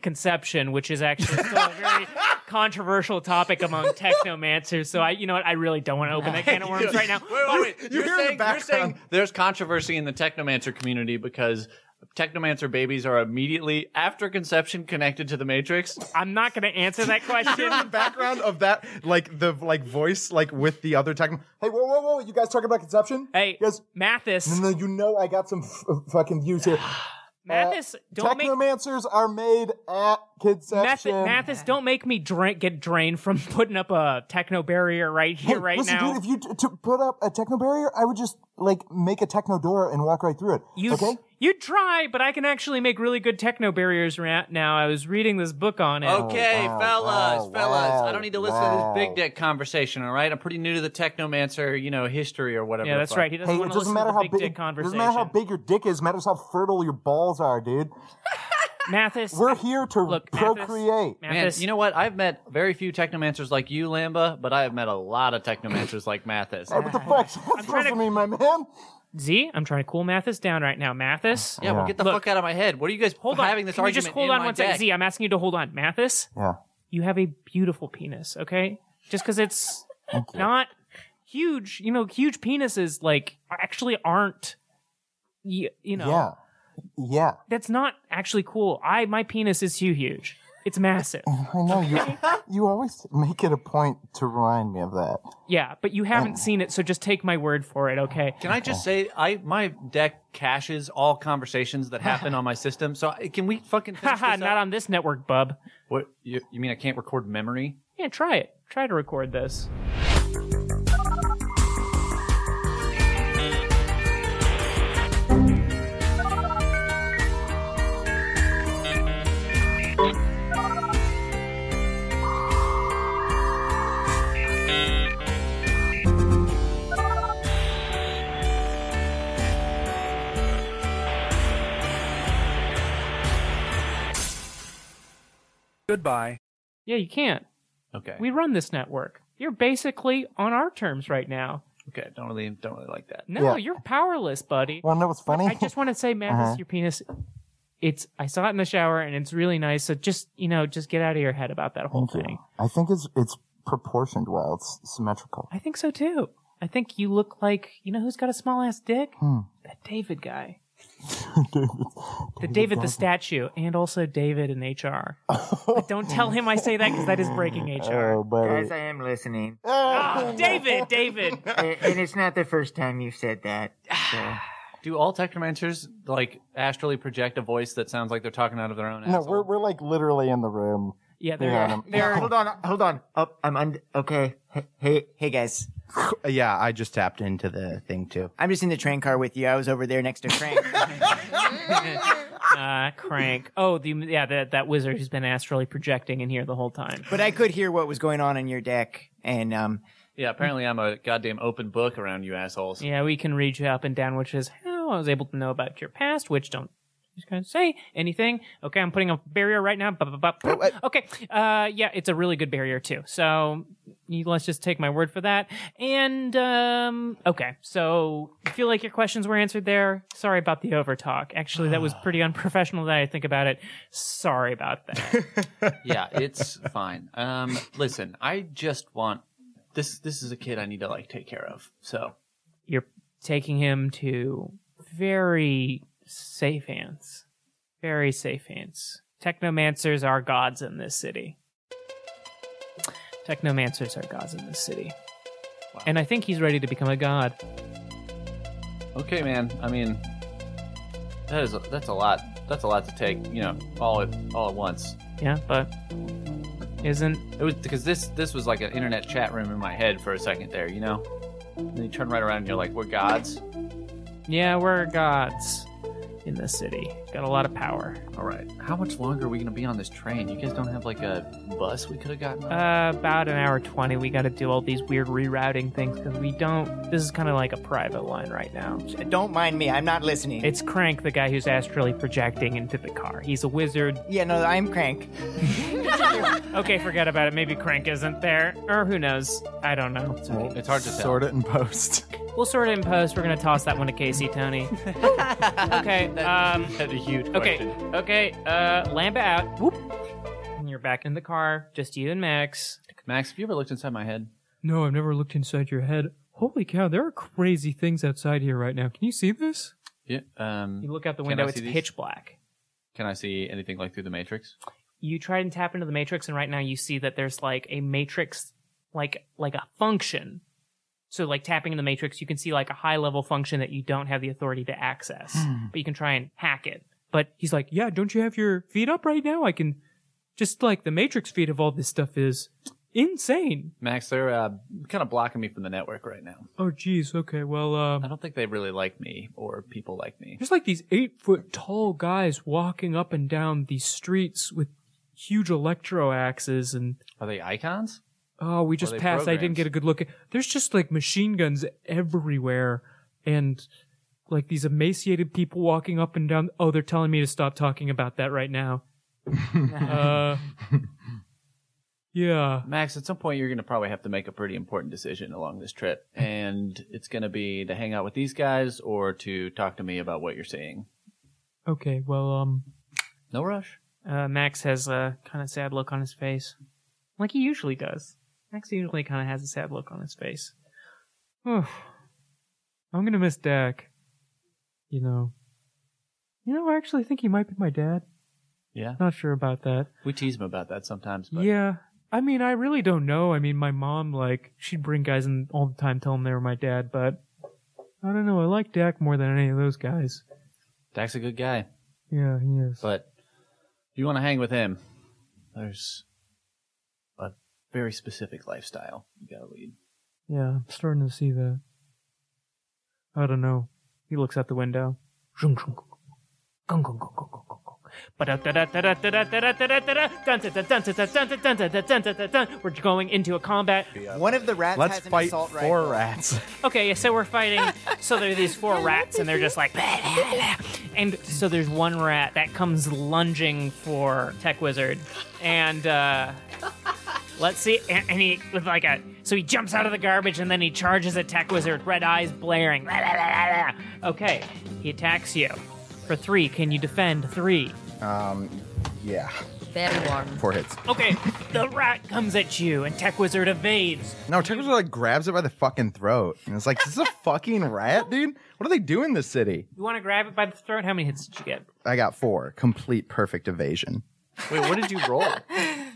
conception, which is actually still a very controversial topic among technomancers. So I, you know, what, I really don't want to open that can of worms right now.
Wait, wait,
you're
you're,
here in the
saying, you're saying
background.
there's controversy in the technomancer community because technomancer babies are immediately after conception connected to the Matrix.
I'm not going to answer that
You're in the
question.
(laughs) background of that, like the like voice, like with the other tech. Hey, whoa, whoa, whoa! You guys talking about conception?
Hey,
yes.
Mathis,
No, you know I got some f- fucking views here.
Mathis, (sighs) don't make
Technomancers are made at
Math-
conception.
Mathis, don't make me drink, get drained from putting up a techno barrier right here,
Hey,
right
listen,
now.
dude, if you t- to put up a techno barrier, I would just like make a techno door and walk right through it.
You
okay?
you try, but I can actually make really good techno barriers right now. I was reading this book on it.
Okay,
wow,
fellas,
Oh, wow,
fellas. I
wow,
don't need to listen
wow.
to this big dick conversation, all right? I'm pretty new to the technomancer, you know, history or whatever.
Yeah,
the
that's
fuck.
right. He doesn't
Hey,
want
it
to
doesn't
listen
matter
to the
how
big,
big,
dick
it doesn't
conversation.
matter how big your dick is. Matters how fertile your balls are, dude.
Mathis,
We're here to
Look, Mathis-
procreate.
Man,
Mathis,
you know what? I've met very few technomancers like you, Lamba, but I have met a lot of technomancers like Mathis.
Hey, what the fuck? That's
trying to-
me, my man.
Z, I'm trying to cool Mathis down right now. Mathis,
Yeah, well, get the fuck out of my head. What are you guys
hold on.
having this
Can you
argument?
just hold
in
on
my
one second?
deck?
Z, I'm asking you to hold on. Mathis,
Yeah.
you have a beautiful penis, okay? Just because it's not huge, you know, huge penises like actually aren't, you, you know,
Yeah. Yeah.
that's not actually cool. I my penis is too huge. It's massive.
I
(laughs)
know you. You always make it a point to remind me of that.
Yeah, but you
Oh.
haven't seen it, so just take my word for it, okay?
Can I just say, I my deck caches all conversations that happen on my system. So I- can we fucking finish
Haha,
this
(laughs) not
up?
on this network, bub.
What you, you mean? I can't record memory?
Yeah, try it. Try to record this.
Goodbye.
Yeah, you can't.
Okay.
We run this network. You're basically on our terms right now.
okay. Don't really don't really like that.
No,
Yeah.
you're powerless, buddy.
Well, no, it's funny.
I
(laughs)
just want to say, Mathis,
Uh-huh.
your penis. It's. I saw it in the shower, and it's really nice. So just you know, just get out of your head about that whole
Thank
thing.
you. I think it's it's proportioned well. It's symmetrical. (laughs)
I think so too. I think you look like you know who's got a small ass dick?
Hmm.
That David guy. the David the statue, and also David in
(laughs)
HR. But don't tell him I say that because that is breaking HR.
Oh, buddy.
Guys, I am
(laughs)
listening.
Ah, David, David.
A- (laughs) and it's not the first time you've said that. (sighs) so.
Do all technomancers like astrally project a voice that sounds like they're talking out of their own?
No,
asshole?
we're we're like literally in the room.
Yeah,
Yeah,
there.
I'm-
There.
hold on, hold on. Oh, I'm un- okay. Hey- Hey, hey, guys.
(laughs) Yeah, I just tapped into the thing too.
I'm just in the train car with you. I was over there next to
(laughs)
Frank.
Uh, crank. Oh, the yeah, that that wizard who's been astrally projecting in here the whole time.
but I could hear what was going on in your deck, and um,
Yeah, apparently I'm a goddamn open book around you assholes.
Yeah, we can read you up and down, which is how I was able to know about your past, which don't just gonna say anything. Okay, I'm putting a barrier right now. Ba, ba, ba, boop. Okay, uh, yeah, it's a really good barrier too. So you, let's just take my word for that. And um, okay, so I feel like your questions were answered there. Sorry about the overtalk. Actually, that was pretty unprofessional. That I think about it. Sorry about that.
(laughs) yeah, it's fine. Um, listen, I just want this this is a kid I need to like take care of. So
You're taking him to very safe hands. Very safe hands. Technomancers are gods in this city. Technomancers are gods in this city. And I think he's ready to become a god.
okay, man. I mean, that is that's a lot. That's a lot to take. You know, all at all at once.
Yeah, but isn't
It was because this this was like an internet chat room in my head for a second there. You know, then you turn right around and you're like, we're gods.
yeah, we're gods in this city. Got a lot of power.
All right. How much longer are we gonna be on this train? You guys don't have like a bus we could have gotten. on?
Uh, about an hour 20, we gotta do all these weird rerouting things because we don't. This is kind of like a private line right now.
Don't mind me. I'm not listening.
It's Crank, the guy who's astrally projecting into the car. He's a wizard.
yeah, no, I'm crank.
Okay, forget about it. Maybe Crank isn't there. Or who knows? I don't know.
It's hard to tell.
Sort it
(laughs)
and post.
We'll sort it in post. We're gonna toss that one to Casey, Tony. okay. Um,
That's a huge
okay.
question.
Okay. Uh, Lamba out. Whoop. And you're back in the car, just you and Max.
Max, have you ever looked inside my head?
No, I've never looked inside your head. Holy cow, there are crazy things outside here right now. Can you see this?
Yeah. Um.
You look out the
Can
window.
I see
It's
these?
pitch black.
Can I see anything like through the matrix?
you try and tap into the matrix and right now you see that there's like a matrix like like a function so like tapping into the matrix you can see like a high level function that you don't have the authority to access
Hmm.
but you can try and hack it
But he's like, Yeah, don't you have your feet up right now? I can just like the matrix feet of all this stuff is insane.
Max, they're uh, kind of blocking me from the network right now.
Oh jeez, okay, well
I
um
don't think they really like me or people like me.
there's like these eight foot tall guys walking up and down these streets with huge electro axes and
Are they icons?
Oh, we just
they
passed. I didn't
programs?
get a good look. at There's just like machine guns everywhere, and like these emaciated people walking up and down. Oh, they're telling me to stop talking about that
(laughs)
right now. uh, yeah.
Max, at some point you're going to probably have to make a pretty important decision along this trip, and it's going to be to hang out with these guys or to talk to me about what you're seeing.
Okay. Well, um,
No rush.
uh, max has a kind of sad look on his face like he usually does max usually kind of has a sad look on his face
I'm gonna miss Dak. You know. You know, I actually think he might be my dad.
Yeah,
Not sure about that.
we tease him about that sometimes. But
Yeah. I mean, I really don't know. I mean, my mom, like, she'd bring guys in all the time, tell them they were my dad, but I don't know. I like Dak more than any of those guys.
Dak's a good guy,
Yeah, he is.
but if you want to hang with him, there's a very specific lifestyle you got to lead.
yeah, I'm starting to see that. I don't know. He looks out the window.
We're going into a combat.
One of the rats
Let's
has an
fight
assault
four
rifle. (laughs)
rats.
Okay, so we're fighting. So there are these four rats, and they're just like. (laughs) And so there's one rat that comes lunging for Tech Wizard. And uh, let's see. And, and he, with like a. So he jumps out of the garbage and then he charges at Tech Wizard, red eyes blaring. Okay, he attacks you. For three, can you defend three?
Um, yeah,
Very warm.
four hits.
Okay, the rat comes at you, and Tech Wizard evades.
No, Tucker's like grabs it by the fucking throat, and it's like, "Is
(laughs)
this a fucking rat, dude? What do they do in this city?"
You want to grab it by the throat? How many hits did you get?
I got four, complete perfect evasion.
Wait, what did you roll?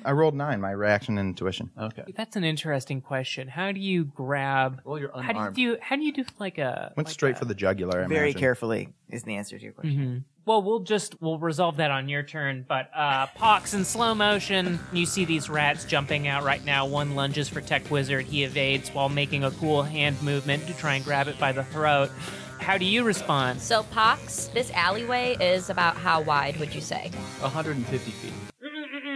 I rolled nine, my reaction and intuition.
(laughs) okay.
That's an interesting question. How do you grab?
Well, you're
How do you
unarmed.
do? How do you do like a?
Went straight for the jugular. I
Very
imagine.
carefully is the answer to your question.
Well, we'll just we'll resolve that on your turn. But uh, Pox in slow motion. You see these rats jumping out right now. One lunges for Tech Wizard. He evades while making a cool hand movement to try and grab it by the throat. How do you respond?
So, Pox, this alleyway is about how wide would you say?
150 feet.
Ah,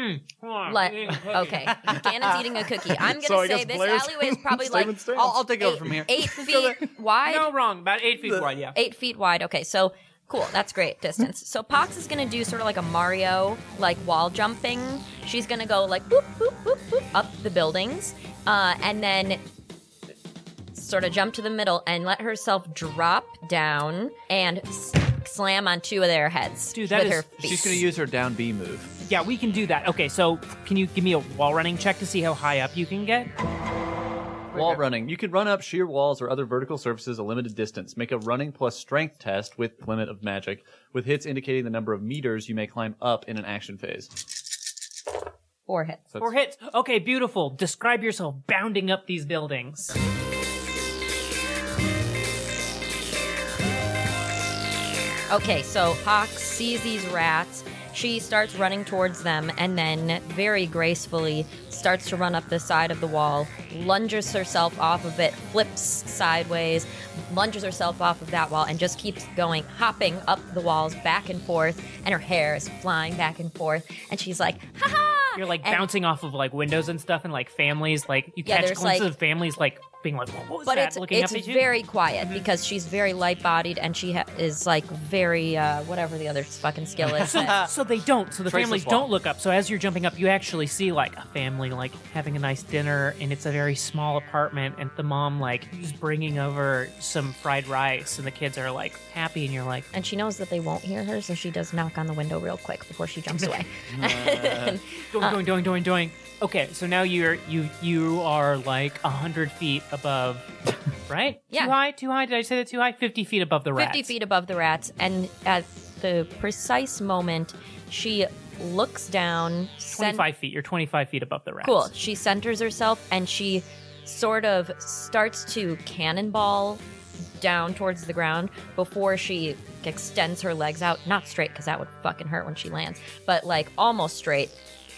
Mm-hmm.
Like, okay, Ganon's eating a cookie. I'm gonna
So I
say
guess
this
Blair's
alleyway is probably
staying
like
with Stan.
I'll,
I'll
take
over from here.
Eight (laughs) feet wide.
No, wrong. About eight feet wide. Yeah.
Eight feet wide. Okay, so cool. That's great distance. So Pox is gonna do sort of like a Mario, like wall jumping. She's gonna go like boop boop boop boop up the buildings, uh, and then sort of jump to the middle and let herself drop down and s- slam on two of their heads
Dude, that
with
is-
her feet.
She's going to use her down B move.
Yeah, we can do that. Okay, so can you give me a wall running check to see how high up you can get?
Wall running. You could run up sheer walls or other vertical surfaces a limited distance. Make a running plus strength test with limit of magic, with hits indicating the number of meters you may climb up in an action phase.
Four hits.
So
Four hits. Okay, beautiful. Describe yourself bounding up these buildings.
Okay, so Pox sees these rats. She starts running towards them and then very gracefully starts to run up the side of the wall, lunges herself off of it, flips sideways, lunges herself off of that wall, and just keeps going, hopping up the walls back and forth. And her hair is flying back and forth. And she's like, ha ha!
You're like
And-
bouncing off of like windows and stuff, and like families, like you
Yeah,
catch
there's,
glimpses
like-
of families like being like, "What was
but
that?"
it's
looking
it's
up at you. Mm-hmm.
very quiet because she's very light bodied and she ha- is like very uh, whatever the other fucking skill is.
so, so they don't. So the
Traceless
families
wall.
don't look up. So as you're jumping up, you actually see like a family like having a nice dinner, and it's a very small apartment, and the mom like is bringing over some fried rice, and the kids are like happy, and you're like,
and she knows that they won't hear her, so she does knock on the window real quick before she jumps (laughs) away.
doing,
Ah.
doing, doing, doing, doing. Okay, so now you're you you are like a hundred feet above, right?
(laughs) Yeah.
Too high, too high. Did I say that too high? Fifty feet above the rats.
50 feet above the rats, and at the precise moment, she looks down. cen-
Twenty-five feet. You're twenty-five feet above the rats.
Cool. She centers herself and she sort of starts to cannonball down towards the ground before she extends her legs out. Not straight, because that would fucking hurt when she lands, but like almost straight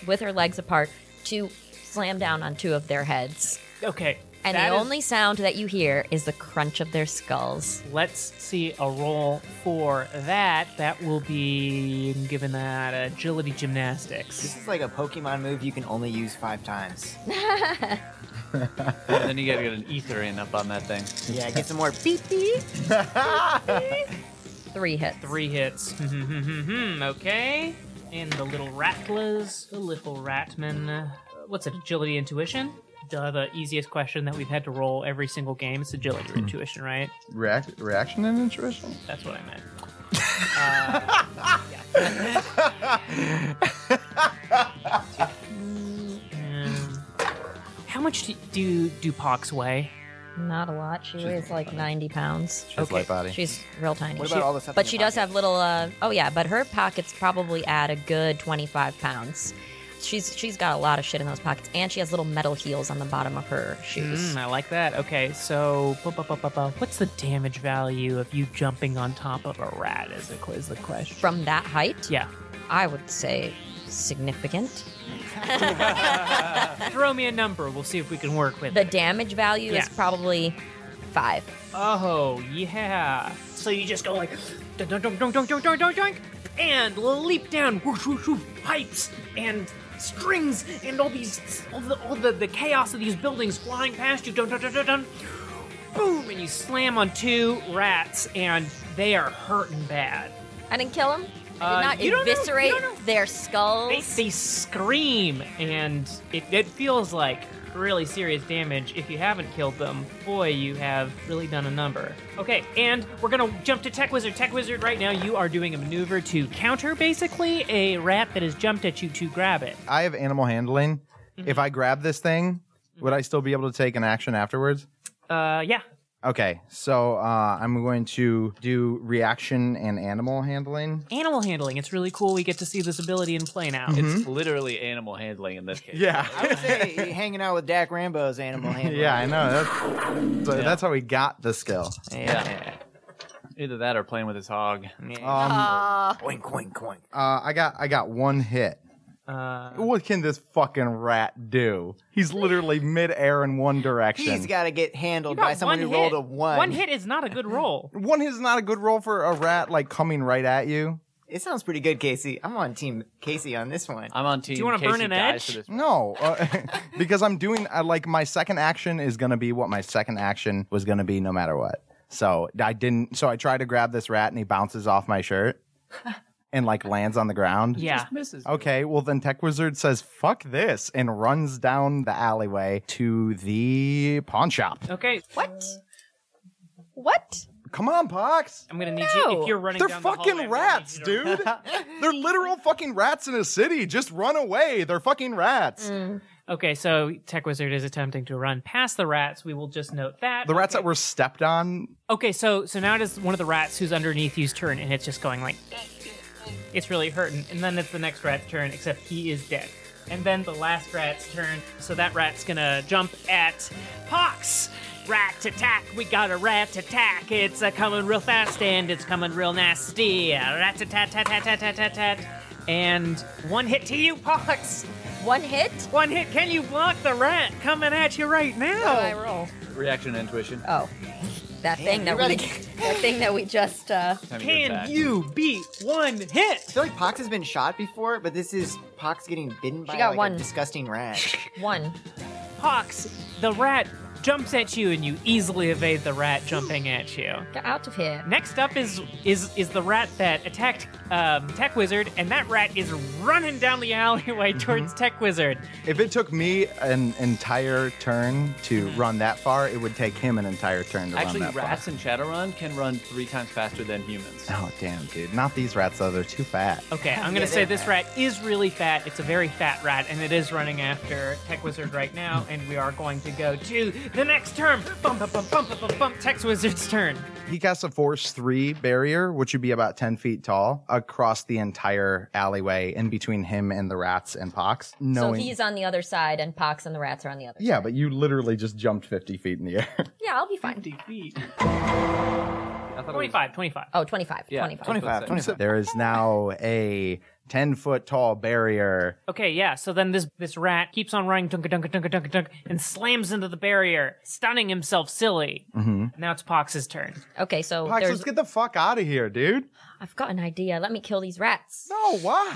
with her legs apart to slam down on two of their heads.
Okay.
And
that
the
is-
only sound that you hear is the crunch of their skulls.
Let's see a roll for that. That will be given that agility
This
gymnastics.
is like a Pokemon move you can only use five
(laughs)
times.
And then you gotta get an ether in up on that thing.
Yeah, get some more beep beep.
Three hits.
Three hits. okay. And the little rattlers, the little ratman. Uh, What's it? Agility intuition? Duh, the easiest question that we've had to roll every single game. It's agility or intuition, right?
React, reaction and intuition.
That's what I meant. Uh, (laughs) Um, how much do, do do Pox weigh?
Not a lot. She weighs like 90 pounds.
She's light body.
She's real tiny.
What about
She-
all the stuff
But
in
she
your
does have little. Uh, oh yeah, but her pockets probably add a good twenty-five pounds. She's she's got a lot of shit in those pockets, and she has little metal heels on the bottom of her shoes.
Mm, I like that. Okay, so bu- bu- bu- bu- bu- what's the damage value of you jumping on top of a rat? Is the quiz the question?
From that height,
yeah,
I would say significant.
throw me a number. We'll see if we can work with
The
it.
damage value is
Yeah.
probably five.
Oh yeah. So you just go like, dun dun dun dun dun dun dun dun dun, and leap down, whoosh whoosh whoosh, pipes and strings and all these, all the all the, the chaos of these buildings flying past you, dun dun dun dun dun. Boom! And you slam on two rats, and they are hurting bad.
I didn't kill him.
Uh,
I did
you don't
not
know- you
eviscerate
don't know.
their
They,
skulls.
they scream, and it, it feels like really serious damage. If you haven't killed them, boy, you have really done a number. Okay, and we're gonna jump to Tech Wizard. Tech Wizard, right now, you are doing a maneuver to counter basically a rat that has jumped at you to grab it.
I have animal handling. If I grab this thing, would I still be able to take an action afterwards?
Uh, yeah.
Okay, so uh, I'm going to do reaction and animal handling.
Animal handling. It's really cool. We get to see this ability in
Mm-hmm.
play now.
It's literally animal handling in this case.
Mm-hmm. Yeah,
I would say hanging out with Dak Rambo's animal handler.
(laughs) yeah, I know. That's, so that's how we got the skill.
Yeah. Either that or playing with his hog.
Coink, coink, coink.
Um, Uh, I got I got one hit.
Uh,
What can this fucking rat do? He's literally midair in one direction.
He's got to get handled
got
by someone who
one
rolled
hit.
a one.
One hit is not a
(laughs)
good roll.
one hit is not a good roll for a rat like coming right at you.
It sounds pretty good, Casey. I'm on team Casey on this one.
I'm on team. Do
you wanna burn an edge?
No, uh, (laughs) because I'm doing I, like my second action is gonna be what my second action was gonna be no matter what. So I didn't. So I tried to grab this rat and he bounces off my
(laughs)
shirt and like lands on the ground.
Yeah.
Misses.
Okay, well then Tech Wizard says fuck this and runs down the alleyway to the pawn shop.
Okay.
what? What?
Come on, Pox.
I'm gonna need you if you're running.
They're
down
fucking
the hallway, I'm gonna need
rats,
you to-
dude.
(laughs)
They're literal fucking rats in a city. Just run away. They're fucking rats.
Mm. Okay, so Tech Wizard is attempting to run past the rats. We will just note that.
The rats that were stepped on.
Okay, so so now it is one of the rats who's underneath you's turn, and it's just going like, it's really hurting. And then it's the next rat's turn, except he is dead. And then the last rat's turn. So that rat's gonna jump at Pox. Rat attack! We got a rat attack! It's a coming real fast and it's coming real nasty. Rat tat tat tat tat tat tat tat. And one hit to you, Pox.
One hit?
One hit. Can you block the rat coming at you right
Oh.
now?
I roll.
Reaction and intuition.
Oh, that thing that
(laughs)
we that thing that we just uh,
Can you beat one hit?
I feel like Pox has been shot before, but this is Pox getting bitten by
got
like,
one.
a disgusting rat.
one.
Pox, the rat jumps at you, and you easily evade the rat jumping at you.
Get out of here.
Next up is is is the rat that attacked um, Tech Wizard, and that rat is running down the alleyway towards Tech Wizard.
If it took me an entire turn to
Mm-hmm.
run that far, it would take him an entire turn to
Actually,
run that
rats in Shadowrun can run three times faster than humans.
far. Oh damn, dude! Not these rats though. They're too fat.
(laughs) Okay, I'm gonna say this rat is really fat. It's a very fat rat, and it is running after Tech Wizard right now. And we are going to go to the next turn. Bump, bump, bump, bump, bump, bump. Tech Wizard's turn.
He casts a force three barrier, which would be about ten feet tall, across the entire alleyway in between him and the rats and Pox.
So
Knowing,
he's on the other side, and Pox and the rats are on the other.
yeah, but you literally just jumped fifty feet in the
(laughs)
air.
Yeah, I'll be fine.
I thought it was-
25, 25.
Oh, 25,
Yeah,
25.
(laughs)
25, 25.
there is now a ten foot tall barrier.
Okay, yeah. So then this this rat keeps on running, dunka dunka dunka dunka dunk, and slams into the barrier, stunning himself silly. Mm-hmm. Now it's Pox's turn.
Okay, so
Pox,
there's.
let's get the fuck out of here, dude.
I've got an idea. Let me kill these rats. (laughs)
No, why?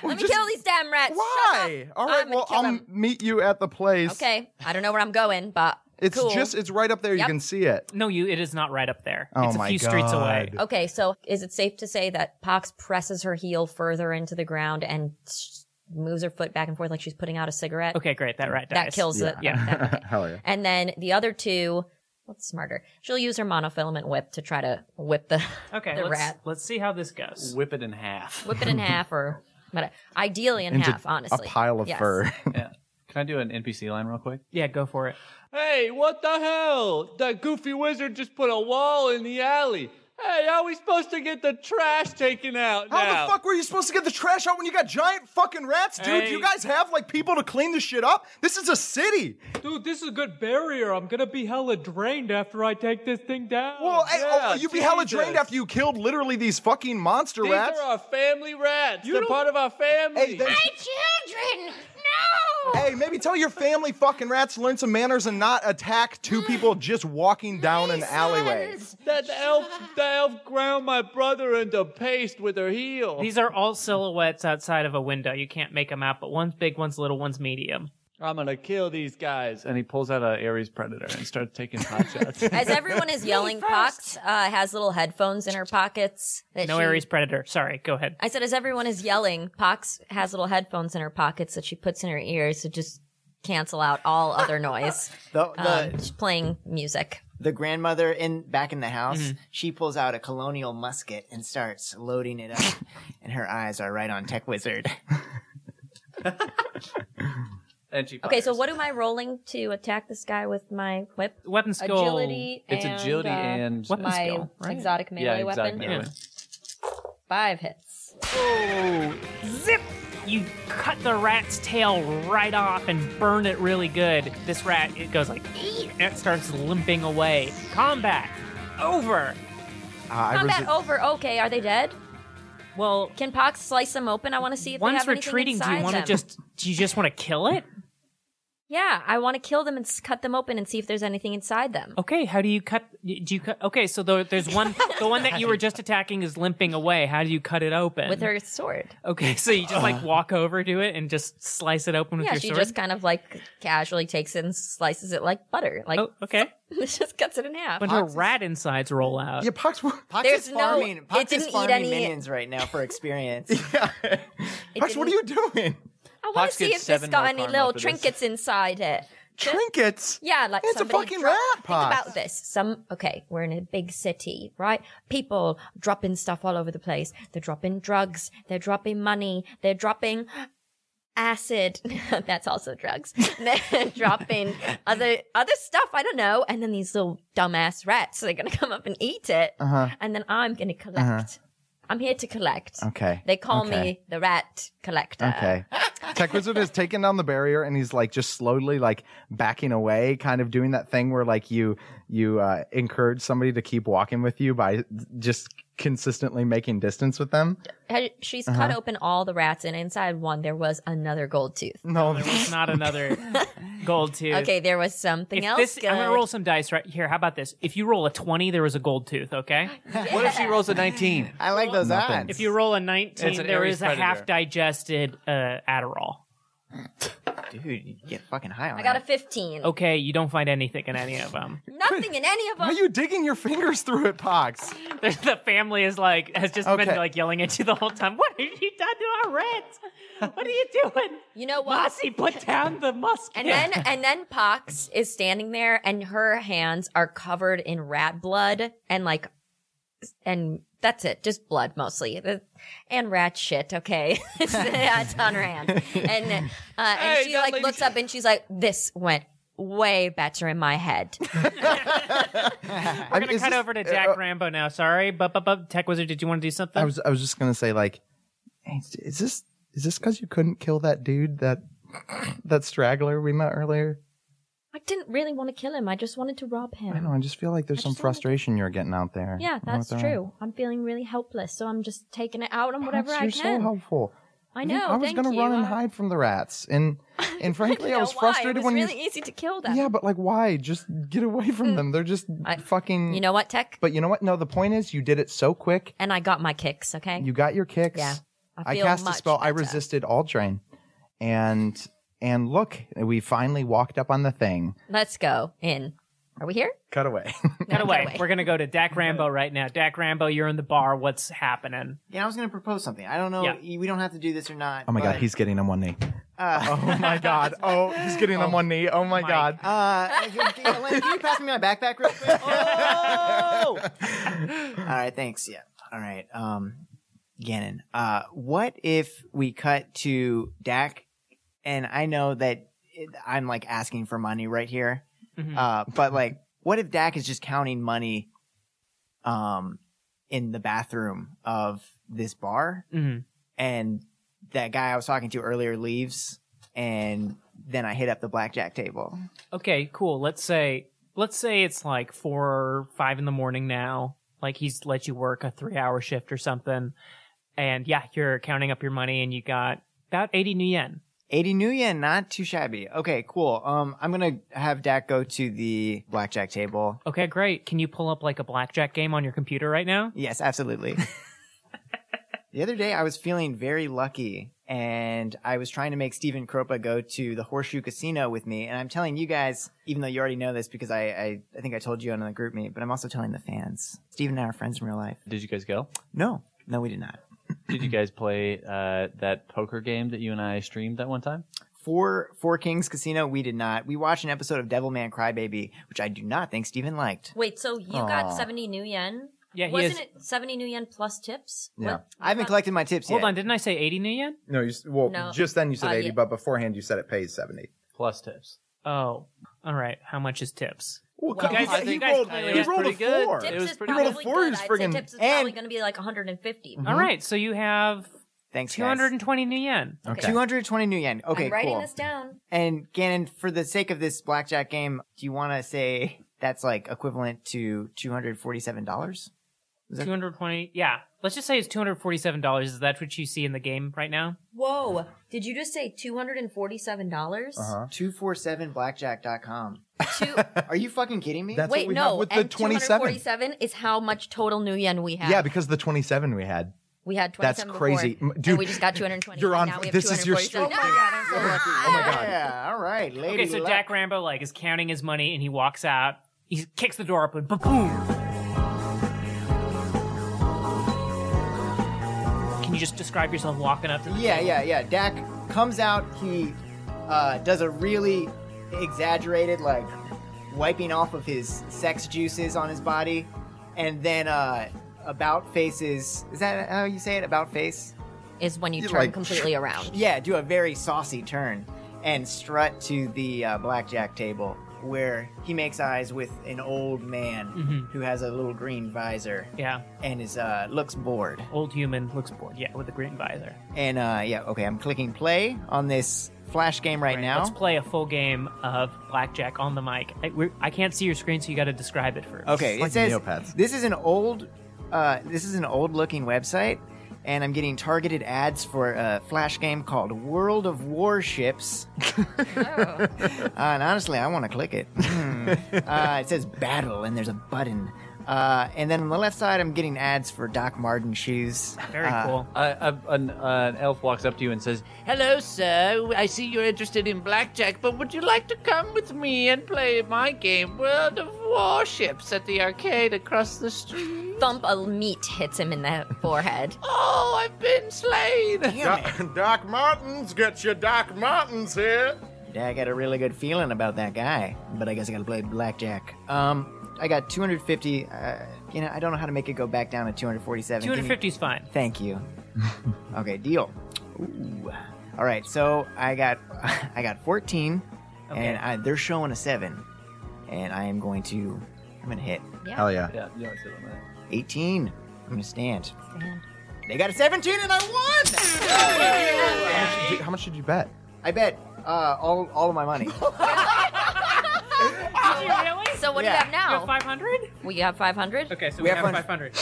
(laughs)
Let me kill these damn rats. Shut
Why?
up.
All right,
I'm gonna
well, um,
kill
I'll
'em.
meet you at the place.
Okay, I don't know where I'm going, but
It's
cool.
just, it's right up there.
Yep.
You can see it.
No, you. It is not right up there.
Oh
it's a
my
few streets away.
God.
Okay, so is it safe to say that Pox presses her heel further into the ground and s- moves her foot back and forth like she's putting out a cigarette?
Okay, great. That rat dies.
That kills it.
Yeah.
That- okay.
(laughs) Hell yeah.
And then the other two, what's smarter? She'll use her monofilament whip to try to whip the
(laughs)
(laughs)
Okay,
the
let's,
rat,
let's see how this goes.
Whip it in half.
whip it in half, or but ideally in
Into
half, honestly.
A pile of
Yes.
(laughs)
fur.
yeah. Can I do an NPC line real quick?
Yeah, go for it.
Hey, what the hell? That goofy wizard just put a wall in the alley. Hey, how are we supposed to get the trash taken out
How
now?
the fuck were you supposed to get the trash out when you got giant fucking rats, dude?
Hey.
You guys have like people to clean this shit up. This is a city.
Dude, this is a good barrier. I'm gonna be hella drained after I take this thing down.
Well, hey, oh,
yeah,
you'd be hella
Jesus.
drained after you killed literally these fucking monster
These
rats.
are our family rats. They're
don't-
part of our family.
Hey, they-
Children, no!
Hey, maybe tell your family fucking rats to learn some manners and not attack two people just walking down an alleyway.
That elf, the elf ground my brother into paste with her heel.
These are all silhouettes outside of a window. You can't make them out, but one's big, one's little, one's medium.
I'm gonna kill these guys. And he pulls out a Ares Predator and starts taking pot
(laughs)
shots.
As everyone
(laughs)
is yelling, Pox uh, has little headphones in her pockets. That
No
she,
Aries predator. Sorry, go ahead.
I said, as everyone is yelling, Pox has little headphones in her pockets that she puts in her ears to just cancel out all other
(laughs)
noise.
The, the,
um, she's playing music.
the grandmother in back in the house, she pulls out a colonial musket and starts loading it up, and her eyes are right on Tech Wizard.
and she
Okay,
fires.
so what am I rolling to attack this guy with my whip?
Weapon skill.
Agility.
It's
and,
agility
uh,
and
Weapon
my
skill, right?
exotic melee
yeah, exactly.
weapon. (laughs) Five hits.
Zip! You cut the rat's tail right off and burn it really good. This rat, it goes like, "Ee!" and it starts limping away. Combat over.
Uh, I
Combat
resi-
over. Okay, are they dead?
Well,
Can Pox slice them open? I want to see if they
one's
have anything
retreating. Do you
inside
want to
them.
just? Do you just want to kill it?
Yeah, I want to kill them and s- cut them open and see if there's anything inside them.
Okay. How do you cut? Do you cut? Okay. So the, there's
(laughs)
one. the one that you were just attacking is limping away. How do you cut it open?
With her sword.
Okay. So you just like walk over to it and just slice it open with
Yeah,
your
she
sword.
just kind of like casually takes it and slices it like butter. Like,
oh, okay.
(laughs) just cuts it in half.
But her rat insides roll out.
yeah, Pox. What
Pox
There's
is
no-
farming.
it
Pox
didn't
is
eat
farming
any-
minions right now for experience.
Pox, what are you doing?
I want
Pox
to see
gets
if it's
seven
got
more
any
karma
little
for this.
trinkets inside it.
trinkets.
Yeah, like
It's a
somebody
fucking
dro-
rat
Think
pack.
about this. Some okay, we're in a big city, right? People dropping stuff all over the place. They're dropping drugs. They're dropping money. They're dropping acid. (laughs) That's also drugs. (laughs) They're dropping other other stuff. I don't know. And then these little dumbass rats are gonna come up and eat it.
Uh-huh.
And then I'm gonna collect. I'm here to collect.
Okay.
They call
Okay.
me the rat collector.
Okay. Tech Wizard has taken down the barrier and he's like just slowly like backing away, kind of doing that thing where like you you uh, encourage somebody to keep walking with you by just consistently making distance with them.
Had- She's
Uh-huh.
cut open all the rats, and inside one there was another gold tooth.
(laughs) No,
There was not another gold tooth.
Okay, there was something
If
else.
this, I'm gonna
good.
roll some dice right here. How about this? If you roll a 20, there was a gold tooth. Okay.
(laughs)
What if she rolls a 19?
I like those
Nothing.
odds.
If (laughs) you roll a 19,
It's an
there
Aries
is
predator.
a half digested uh, Adderall.
Dude, you get fucking high on
I got a
that.
15.
Okay, you don't find anything in any of them.
Nothing in any of
(laughs) Why are
them.
you digging your fingers through it, Pox?
(laughs) the family is like has just
Okay.
been like yelling at you the whole time. What have you done to our rats? What are you doing?
You know what?
(laughs) Mossy, put down the musket.
And
(laughs)
then and then Pox is standing there, and her hands are covered in rat blood, and like, and that's it, just blood mostly, The- and rat shit. Okay, (laughs) that's on her hand, and uh, and
Hey,
she
that
like
lady-
looks up and she's like, "This went way better in my head."
We're
We're gonna cut over to uh, Jack Rambo now. Sorry, but but but Tech Wizard, did you want to do something?
I was I was just gonna say like, hey, is this is this because you couldn't kill that dude that that straggler we met earlier?
I didn't really want to kill him. I just wanted to rob him.
I don't know. I just feel like there's some frustration you're getting out there.
Yeah,
You know,
that's
with that.
true. I'm feeling really helpless, so I'm just taking it out on whatever
Pox,
I
you're
can.
so helpful.
I know.
I was
thank
gonna
you.
run and
I-
hide from the rats, and and frankly, I,
know
was
why. it
frustrated
was
when
really
you.
easy to kill them.
Yeah, but like, why? Just get away from them. They're just fucking.
You know what, Tech?
But you know what? No, the point is, you did it so quick.
and I got my kicks. Okay.
You got your kicks.
Yeah, I
I,
feel
cast a
much
spell. I
better.
resisted all drain, and and look, we finally walked up on the thing.
Let's go in. Are we here?
Cut away. (laughs)
Cut away.
away.
We're gonna go to Dak Rambo right now. Dak Rambo, you're in the bar. What's happening?
Yeah, I was going to propose something. I don't know.
Yeah.
y- We don't have to do this or not.
oh my god,
but,
he's getting on one knee.
Uh,
Oh my god. Oh, he's getting on one knee. Oh my, god.
(laughs) uh, Elena, can you pass me my backpack real quick?
(laughs) Oh,
(laughs) All right, thanks. Yeah. All right. Um, Gannon, uh, what if we cut to Dak? And I know that it, I'm like asking for money right here,
Mhm.
uh, but like, what if Dak is just counting money, um, in the bathroom of this bar,
Mhm.
and that guy I was talking to earlier leaves, and then I hit up the blackjack table.
okay, cool. Let's say let's say it's like four or five in the morning now. Like he's let you work a three hour shift or something, and yeah, you're counting up your money, and you got about eighty new yen.
80 new yen, not too shabby. Okay, cool. Um, I'm gonna have Dak go to the blackjack table.
Okay, great. Can you pull up like a blackjack game on your computer right now?
Yes, absolutely. the other day, I was feeling very lucky, and I was trying to make Steven Kropa go to the Horseshoe Casino with me. And I'm telling you guys, even though you already know this because I, I, I think I told you on the group meet, but I'm also telling the fans. Steven and I are friends in real life.
Did you guys go?
No, no, we did not.
(clears throat) Did you guys play uh, that poker game that you and I streamed that one time?
For Four Kings Casino, we did not. We watched an episode of Devil Man Crybaby, which I do not think Steven liked.
Wait, so you got 70 new yen?
Yeah, he
Wasn't
is.
it 70 new yen plus tips?
Yeah.
What-
I haven't collected my tips
Uh, Hold
yet.
on, didn't I say eighty new yen?
No, you, s- well,
No.
just then you said
Uh,
80,
yeah.
but beforehand you said it pays 70.
Plus tips.
Oh, all right. How much is tips?
come on,
he,
you guys
rolled,
clearly
he
was
rolled a
pretty good.
four.
It
Tips
was
is
pretty-
he rolled
probably
a four.
good.
He's
I'd
friggin'
say tips is probably
and-
going to be like 150.
Mhm.
All right, so you have
Thanks,
two
guys.
hundred and twenty new yen.
Okay.
220 new yen. Okay,
I'm writing
cool.
this down.
And Gannon, for the sake of this blackjack game, do you want to say that's like equivalent to two hundred forty-seven dollars?
Two hundred twenty. Yeah, let's just say it's two hundred forty-seven dollars. Is that what you see in the game right now?
Whoa. Did you just say $247?
Uh-huh.
Two four seven blackjack.com.
Two-
Are you fucking kidding me?
That's
Wait,
what we
no.
have with the
and
27.
247 is how much total new yen we have.
Yeah, because the 27 we had.
we had
that's
27
crazy. M-
Before,
dude,
and we just got 220.
you're on-
Now we have
this is your
247.
streak.
Oh my God, I'm so lucky.
Oh my god.
Yeah, all right, lady.
Okay, so
luck.
Jack Rambo like is counting his money and he walks out. He kicks the door open. Ba boom. Can you just describe yourself walking up to the
Yeah, yeah, yeah. Dak comes out. He uh, does a really exaggerated, like wiping off of his sex juices on his body, and then uh, about faces. Is that how you say it? About face?
Is when you
You,
turn
like,
completely around.
Yeah, do a very saucy turn and strut to the uh, blackjack table where he makes eyes with an old man who has a little green visor
Yeah.
and is uh, looks bored.
Old human looks bored. Yeah, with the green visor.
And uh, yeah, okay, I'm clicking play on this flash game right, now.
Let's play a full game of blackjack on the mic. I, we're, I can't see your screen, so you got to describe it first.
Okay, it
like
says
Neopets.
this is an old, uh, this is an old-looking website, and I'm getting targeted ads for a flash game called World of Warships. Uh, (laughs) and honestly, I want to click it. Hmm. uh, it says battle, and there's a button. Uh, and then on the left side, I'm getting ads for Doc Martin shoes.
Very
Uh,
cool.
I, I, an, uh, an elf walks up to you and says,
Hello, sir. Oh, I see you're interested in blackjack, but would you like to come with me and play my game, World of Warships, at the arcade across the street?
Thump a meat hits him in the forehead.
Oh, I've been slain!
Damn it.
Doc Martens, get your Doc Martens here.
Yeah, I got a really good feeling about that guy, but I guess I gotta play blackjack. Um, I got 250. Uh, you know, I don't know how to make it go back down to 247. Give me-
250 is fine.
Thank you. okay, deal. Ooh. All right, so I got (laughs) I got 14, and I, they're showing a seven, and I am going to I'm gonna hit
(laughs) Hell yeah.
"Yeah, you know, I said all that."
18. I'm gonna stand. They got a 17, and I won.
How much did you- How much did you bet?
I bet uh, all all of my
(laughs)
money.
Did you really?
So what
Yeah.
do you have
You have
now?
500?
We have 500?
Okay, so we,
We
have
have
500.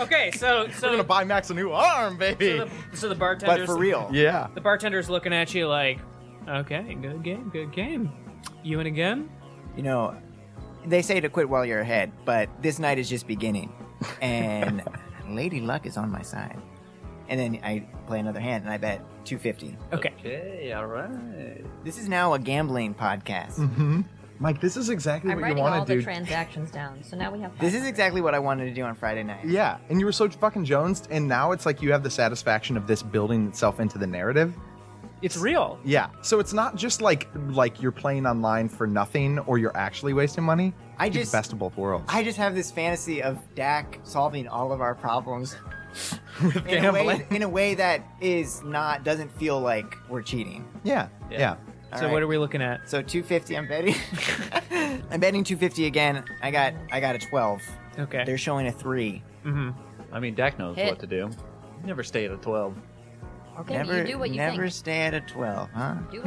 okay, so
(laughs)
so,
We're gonna buy Max a new arm, baby.
so, the, so the bartender's
but for real,
yeah.
The bartender's looking at you like, okay, good game, good game. You in again?
you know, they say to quit while you're ahead, but this night is just beginning,
(laughs)
and Lady Luck is on my side. And then I play another hand, and I bet 250.
Okay.
Okay, all right.
This is now a gambling podcast.
Mm-hmm. Mike, this is exactly
I'm
what you
writing all
want to
the
do.
transactions down. So now we have
This is exactly what I wanted to do on Friday night.
yeah, and you were so fucking jonesed, and now it's like you have the satisfaction of this building itself into the narrative.
It's real.
Yeah, so it's not just like like you're playing online for nothing or you're actually wasting money.
I
You get the
just-
best of both worlds.
I just have this fantasy of Dak solving all of our
(laughs)
problems in a, way,
gambling.
in a way that is not doesn't feel like we're cheating.
yeah, yeah,
All
so
right.
what are we looking at?
So 250, I'm betting. (laughs) I'm betting 250 again. I got I got a 12.
Okay.
They're showing a three.
I mean, Dak knows
Hit.
what to do. You never stay at a 12.
Okay,
never
you do what you
never
think.
stay at a 12, huh?
Do what you
(laughs)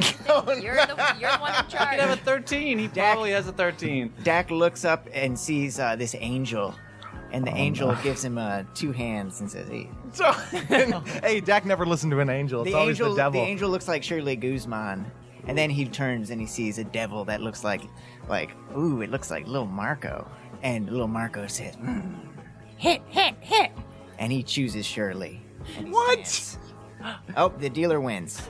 think. you're, the, you're the one in
(laughs) He have a
charge.
13. He
Dak-
probably has a 13.
Dak looks up and sees uh, this angel, and
Oh,
the angel gives him uh, two hands and says, "Hey."
(laughs) So, hey, Dak never listened to an angel. It's
the
always
angel
the devil.
angel looks like Shirley Guzman. And then he turns and he sees a devil that looks like like ooh, it looks like little Marco. And little Marco says, "Hmm." "Hit, hit, hit." And he chooses Shirley. And he
What?
stands. Oh, the dealer wins.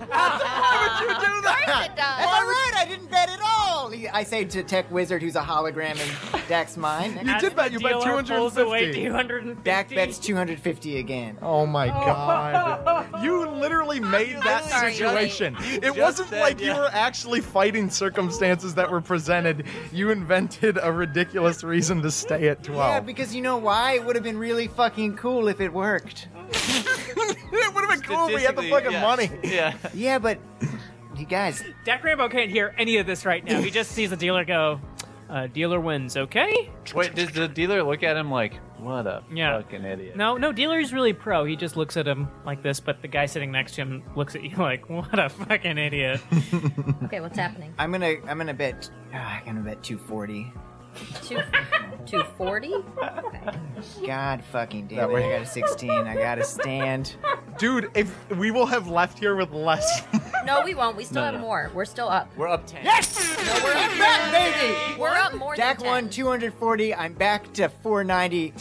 It does.
All right, I didn't bet at all. He- I say to Tech Wizard, who's a hologram in Dak's
(laughs)
mind.
you did bet. You bet
Dealer pulls away
250.
250.
Dak bets 250 again.
Oh my god. (laughs) You literally made that
sorry,
situation. It
just
wasn't
said,
like
yeah.
you were actually fighting circumstances that were presented. You invented a ridiculous reason to stay at 12.
Yeah, because you know why? It would have been really fucking cool if it worked.
it would have been cool if we had the
Statistically,
fucking
yeah.
money.
(laughs) Yeah.
Yeah, but you guys,
Dak Rambo can't hear any of this right now. He just sees the dealer go, uh, dealer wins, okay?
Wait, does the dealer look at him like, what a
Yeah.
fucking idiot?
No, no, dealer's really pro. He just looks at him like this, but the guy sitting next to him looks at you (laughs) like, what a fucking idiot.
Okay, what's happening?
I'm gonna I'm gonna bet ah, I'm gonna bet 240.
(laughs)
Two, 240?
God fucking damn
That
it!
way-
I got a 16. I gotta
(laughs)
stand.
Dude, if we will have left here with less.
No, we won't. We still have more. We're still up.
We're up 10.
We're up more
Dak
than 10.
won 240. I'm back to
(laughs)
490,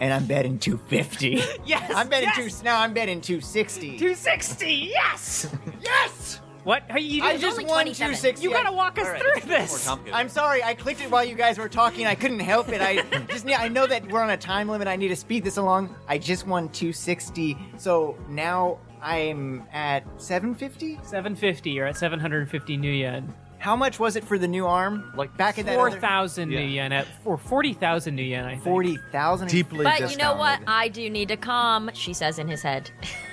and I'm betting 250.
yes!
I'm betting
yes!
two. Now I'm betting 260.
260, yes!
yes!
What? How you
I
you-
just
only
won
27.
260.
You gotta walk us through this!
I'm sorry. I clicked it while you guys were talking. I couldn't help it.
(laughs)
I just ne- I know that we're on a time limit. I need to speed this along. I just won 260. So now I'm at 750.
750, you're at 750 new yen.
How much was it for the new arm? Like back in that
four
other-
thousand new yen at or forty thousand new yen. I think
forty thousand.
Deeply
but you know what? I do need to calm, she says in his head.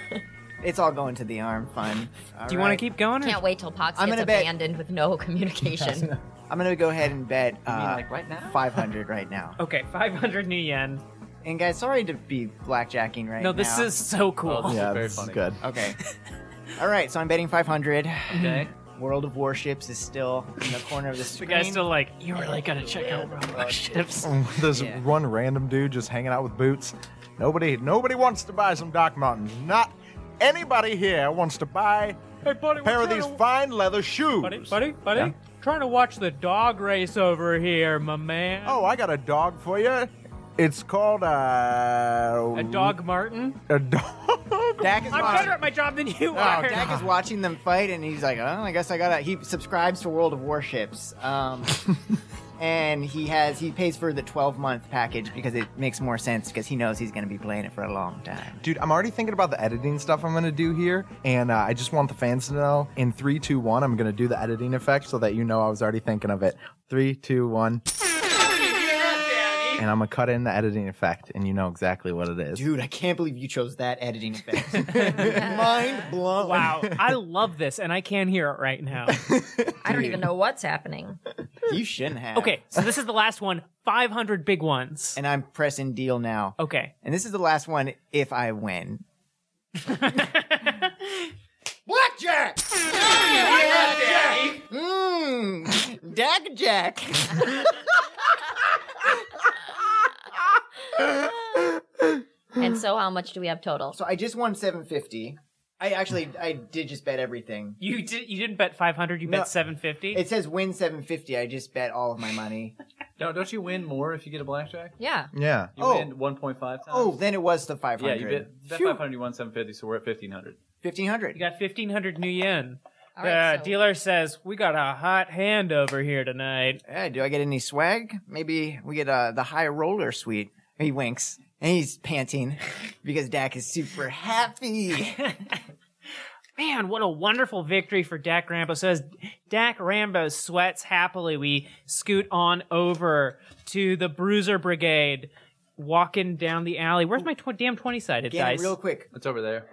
(laughs)
It's all going to the arm. Fine.
Do you wanna
keep going?
Can't wait till Pox
I'm
gets
gonna bet-
abandoned with no communication.
I'm gonna go ahead and bet. Uh,
like, right now?
Five hundred right now.
Okay, five hundred new yen.
And guys, sorry to be blackjacking right now.
No, this is so cool. Oh, this is
yeah,
very
this
funny.
is
(laughs)
good. (laughs) Okay. All right, so I'm betting five hundred. Okay. World of Warships is still in the corner of the
(laughs) The
screen.
guy's still like, you really gotta check out Robo ships.
There's one random dude just hanging out with boots. Nobody, nobody wants to buy some Doc Martens. Not anybody here wants to buy
buddy, we're
a pair of
trying
these
to-
fine leather shoes.
Buddy, buddy, buddy. Trying to watch the dog race over here, my man.
Oh, I got a dog for you. It's called uh,
A dog Martin?
A dog. (laughs)
Dak is
I'm
watching-
better at my job than you
No,
Ah.
are.
Dak is watching them fight, and he's like, "Oh, I guess I gotta." He subscribes to World of Warships,
(laughs)
um, and he has he pays for the twelve month package because it makes more sense because he knows he's gonna be playing it for a long time.
Dude, I'm already thinking about the editing stuff I'm gonna do here, and uh, I just want the fans to know. In three, two, one, I'm gonna do the editing effect so that you know I was already thinking of it. Three, two, one. And I'm gonna cut in the editing effect, and you know exactly what it is.
Dude, I can't believe you chose that editing (laughs) effect. Mind blown.
Wow, I love this, and I can't hear it
(laughs)
right now.
I don't even know what's happening.
you shouldn't have.
Okay, so this is the last one. Five hundred big ones.
And I'm pressing deal now.
Okay.
And this is the last one if I win. Blackjack! Blackjack! Mmm, Dak Jack.
and so, how much do we have total?
So I just won 750. I actually I did just bet everything.
You did. You didn't bet five hundred. You
No.
bet seven fifty.
It says win 750. I just bet all of my money.
No, don't you win more if you get a blackjack?
Yeah.
Yeah.
You
Oh.
win 1.5 times.
Oh, then it was the 500.
yeah, you bet, bet 500, you won 750, so we're at 1500.
1500.
You got fifteen hundred new yen.
All
the
right, so-
dealer says we got a hot hand over here tonight.
Yeah, do I get any swag? Maybe we get uh, the high roller suite. He winks and he's panting because Dak is super happy.
Man, what a wonderful victory for Dak Rambo. So as Dak Rambo sweats happily, we scoot on over to the Bruiser Brigade, walking down the alley. Where's my tw- damn twenty-sided
Get it
dice?
real
quick.
It's over there.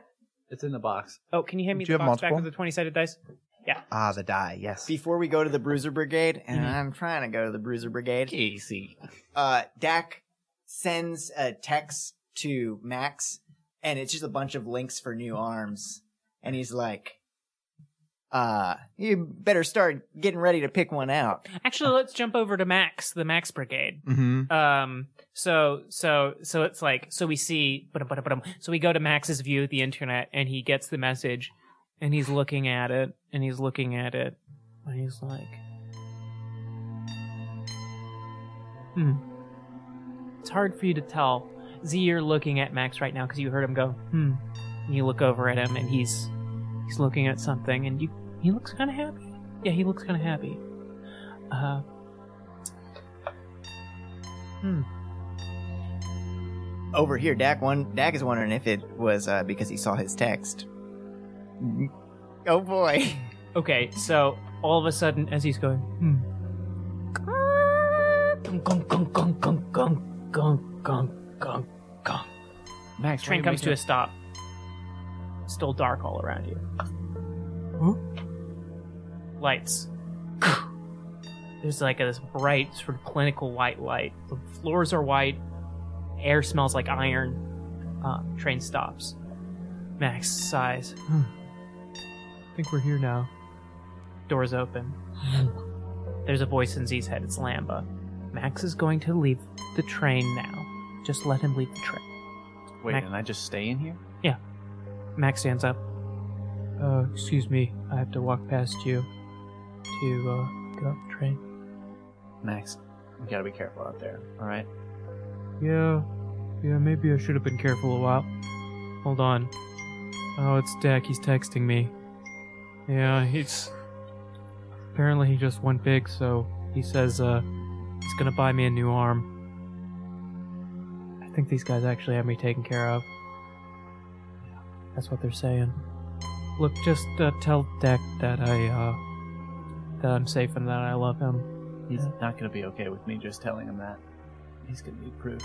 It's in the box.
Oh, can you hand me
Do
the
you have
box back
multiple?
with the twenty-sided dice? Yeah.
Ah, the die, yes.
Before we go to the Bruiser Brigade, and
Mhm.
I'm trying to go to the Bruiser Brigade.
Casey.
Uh, Dak sends a text to Max, and it's just a bunch of links for new arms. And he's like, uh, you better start getting ready to pick one out.
Actually, let's jump over to Max, the Max Brigade.
Mhm.
Um. So so so it's like so we see but but but so we go to Max's view of the internet and he gets the message and he's looking at it and he's looking at it and he's like, hmm. It's hard for you to tell. Z, you're looking at Max right now because you heard him go hmm. And you look over at him and he's he's looking at something and you he looks kind of happy. Yeah, he looks kind of happy. Uh, hmm.
Over here, Dak one Dak is wondering if it was uh, because he saw his text. Oh boy.
Okay, so all of a sudden, as he's going, hmm. Gunk, gunk, gunk, gunk, gunk, gunk, gunk, gunk, gunk, gunk.
Max,
train comes to a stop. Still dark all around you. Lights. There's like this bright, sort of clinical white light. The floors are white. Air smells like iron. Uh, train stops. Max sighs. Hmm. I think we're here now. Doors open. There's a voice in Z's head. It's Lamba. Max is going to leave the train now. Just let him leave the train.
Wait,
Mac-
and I just stay in here?
Yeah. Max stands up. Uh, excuse me. I have to walk past you to uh, get off the train.
Max, you gotta be careful out there, alright?
Yeah, yeah, maybe I should have been careful a while. Hold on. Oh, it's Dak. He's texting me. Yeah, he's. Apparently, he just went big, so he says, uh, he's gonna buy me a new arm. I think these guys actually have me taken care of. That's what they're saying. Look, just uh, tell Dak that I, uh,
that I'm safe and that I love him.
He's
Mm-hmm.
not going to be okay with me just telling him that. He's going to need proof.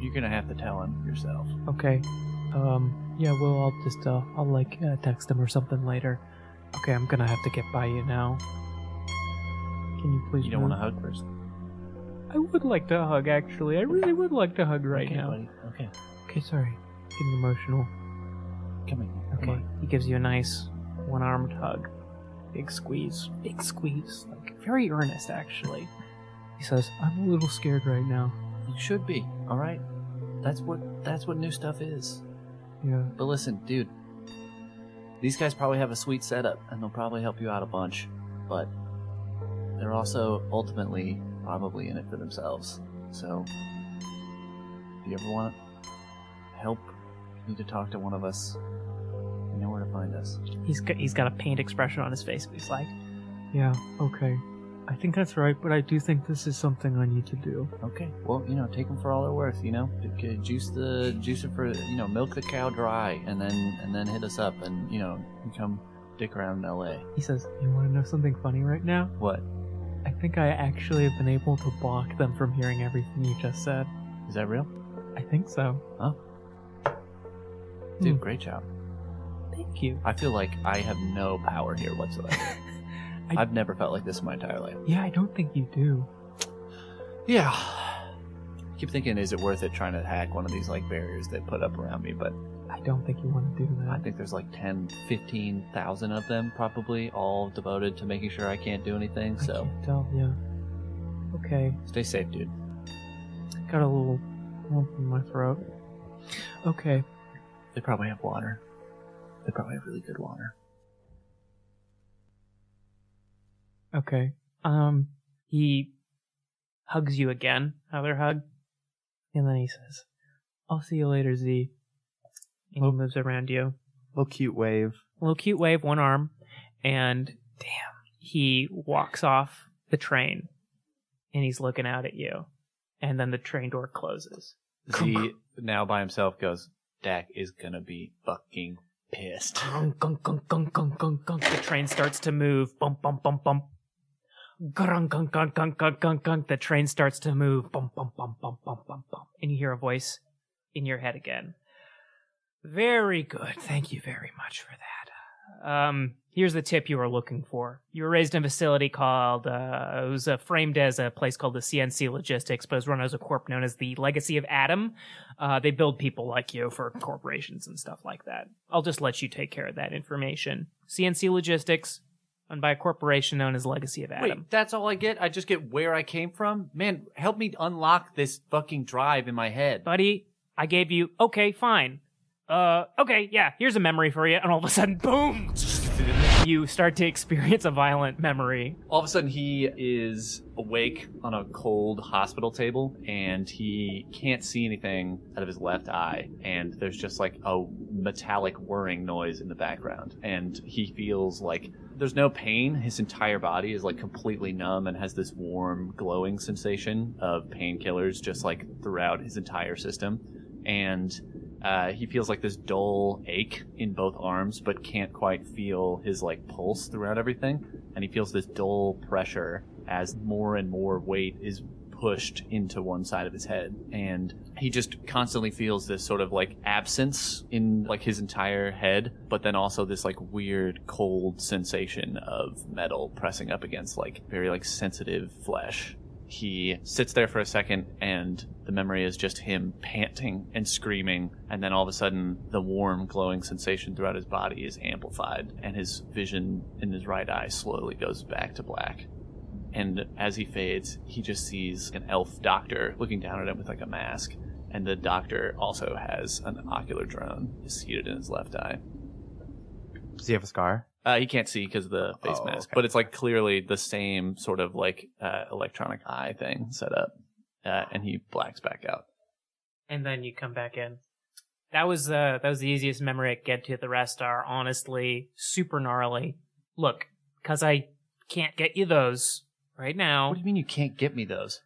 You're going to have to tell him yourself.
Okay. Um, yeah, well, I'll just, uh, I'll like uh, text him or something later. Okay, I'm gonna have to get by you now. Can you please?
You don't want to
move?
hug first.
I would like to hug, actually. I really would like to hug right
okay,
now.
buddy. Okay.
Okay, sorry. Getting emotional.
Come in.
Okay. He gives you a nice one armed hug. Big squeeze. Big squeeze. Like very earnest actually. He says, I'm a little scared right now.
You should be. All right. That's what that's what new stuff is.
Yeah.
But listen, dude. These guys probably have a sweet setup and they'll probably help you out a bunch, but they're also ultimately probably in it for themselves. So if you ever want help, you need to talk to one of us. You know where to find us.
He's got, he's got a pained expression on his face, but he's like,
Yeah, okay. I think that's right, but I do think this is something I need to do.
Okay. Well, you know, take them for all they're worth. You know, Ju- ju- juice the juice it for you know, milk the cow dry, and then and then hit us up, and you know, you come dick around in L.A.
He says, You wanna know something funny right now?
What
I think I actually have been able to block them from hearing everything you just said.
is that real?
I think so.
Huh? Dude, great job.
Thank you.
I feel like I have no power here whatsoever. (laughs) I, have never felt like this in my entire life.
Yeah, I don't think you do.
Yeah. I keep thinking, is it worth it trying to hack one of these like barriers they put up around me? But
I don't think you wanna do
I
that.
think there's like 10, 15,000 of them probably, all devoted to making sure I can't do anything.
I
So
can't tell, yeah. Okay.
stay safe, dude.
Got a little lump in my throat. Okay.
They probably have water. They probably have really good water.
Okay. Um, he hugs you again, another hug, and then he says, "I'll see you later, Z." And he moves around you.
Little cute wave.
little cute wave, one arm, and damn, he walks off the train and he's looking out at you. And then the train door closes.
Z now by himself goes, Dak is gonna be fucking pissed.
Gunk, gunk, gunk, gunk, gunk, gunk, gunk. The train starts to move. Bump, bump, bump, bump. Gunk, gunk, gunk, gunk, gunk, gunk, gunk. The train starts to move. Bump, bump, bump, bump, bump, bump, bump. And you hear a voice in your head again. Very good. Thank you very much for that. Um, here's the tip you were looking for. You were raised in a facility called, uh, it was uh, framed as a place called the CNC Logistics, but it was run as a corp known as the Legacy of Adam. Uh, they build people like you for corporations and stuff like that. I'll just let you take care of that information. CNC Logistics, owned by a corporation known as Legacy of Adam.
Wait, that's all I get? I just get where I came from? Man, help me unlock this fucking drive in my head.
buddy, I gave you, okay, fine. Uh, okay, yeah, here's a memory for you. And all of a sudden, boom! You start to experience a violent memory.
All of a sudden, he is awake on a cold hospital table and he can't see anything out of his left eye. And there's just like a metallic whirring noise in the background. And he feels like there's no pain. His entire body is like completely numb and has this warm, glowing sensation of painkillers just like throughout his entire system. And uh, he feels like this dull ache in both arms, but can't quite feel his like pulse throughout everything. And he feels this dull pressure as more and more weight is pushed into one side of his head. And he just constantly feels this sort of like absence in like his entire head, but then also this like weird cold sensation of metal pressing up against like very like sensitive flesh he sits there for a second and the memory is just him panting and screaming and then all of a sudden the warm glowing sensation throughout his body is amplified and his vision in his right eye slowly goes back to black and as he fades he just sees an elf doctor looking down at him with like a mask and the doctor also has an ocular drone seated in his left eye
Does he have a scar?
uh, he can't see because of the face
Oh,
mask,
okay.
but it's like clearly the same sort of like uh, electronic eye thing set up, uh, and he blacks back out.
And then you come back in. That was, uh, that was the easiest memory I could get to. The rest are honestly super gnarly. Look, cause I can't get you those right now.
Oh, What do you mean you can't get me those?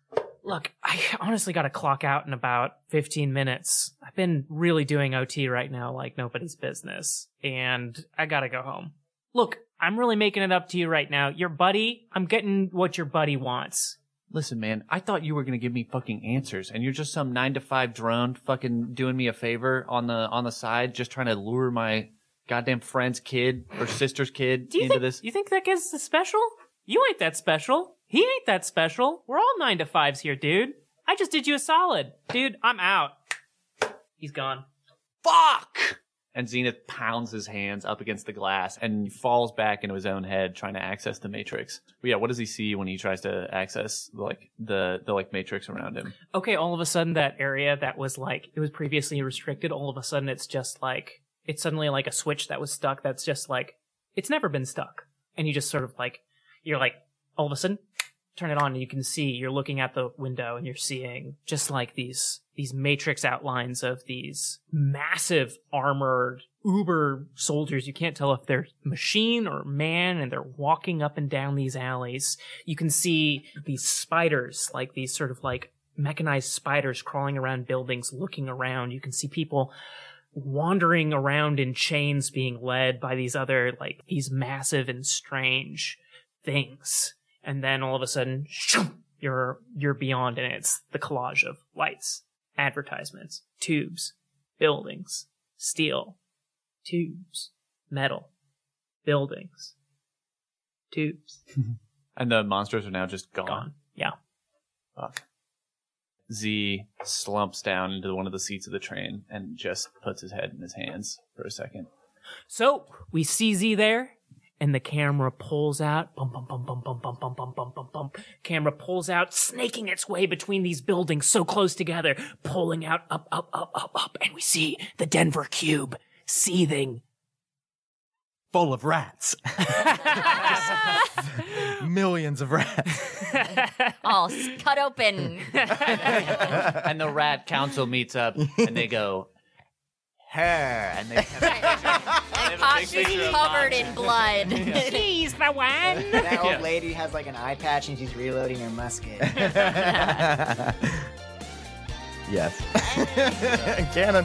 Look, I honestly got to clock out in about 15 minutes. I've been really doing OT right now like nobody's business, and I got to go home. Look,
I'm really making it up to you right now. Your buddy, I'm getting what your buddy wants.
Listen, man, I thought you were gonna give me fucking answers, and you're just some nine to five drone fucking doing me a favor on the on the side, just trying to lure my goddamn friend's kid or sister's kid
Do you
into
think,
this.
You think that kid's special? You ain't that special. He ain't that special. We're all nine to fives here, dude. I just did you a solid, dude. I'm out. He's gone.
Fuck! And Zenith pounds his hands up against the glass and falls back into his own head, trying to access the matrix. But yeah, what does he see when he tries to access like the the like matrix around him?
Okay, all of a sudden that area that was like it was previously restricted, all of a sudden it's just like it's suddenly like a switch that was stuck that's just like it's never been stuck. And you just sort of like you're like all of a sudden turn it on and you can see you're looking at the window and you're seeing just like these these matrix outlines of these massive armored uber soldiers you can't tell if they're machine or man and they're walking up and down these alleys you can see these spiders like these sort of like mechanized spiders crawling around buildings looking around you can see people wandering around in chains being led by these other like these massive and strange things and then all of a sudden shoo, you're you're beyond and it's the collage of lights advertisements tubes buildings steel tubes metal buildings tubes
And the monsters are now just gone.
yeah
Fuck. Z slumps down into one of the seats of the train and just puts his head in his hands for a second.
So we see Z there, and the camera pulls out. Bum bum bum bum bum bum bum bum bum bum bum. Camera pulls out, snaking its way between these buildings so close together, pulling out up up up up up, and we see the Denver Cube seething.
Full of rats. (laughs) Millions of rats. (laughs)
(laughs) All s- cut open.
(laughs) and the rat council meets up and they go,
(laughs)
her. And they
She's covered in blood. (laughs)
She's the one.
That old lady has like an eye patch and she's reloading her musket.
yes. (laughs) Cannon.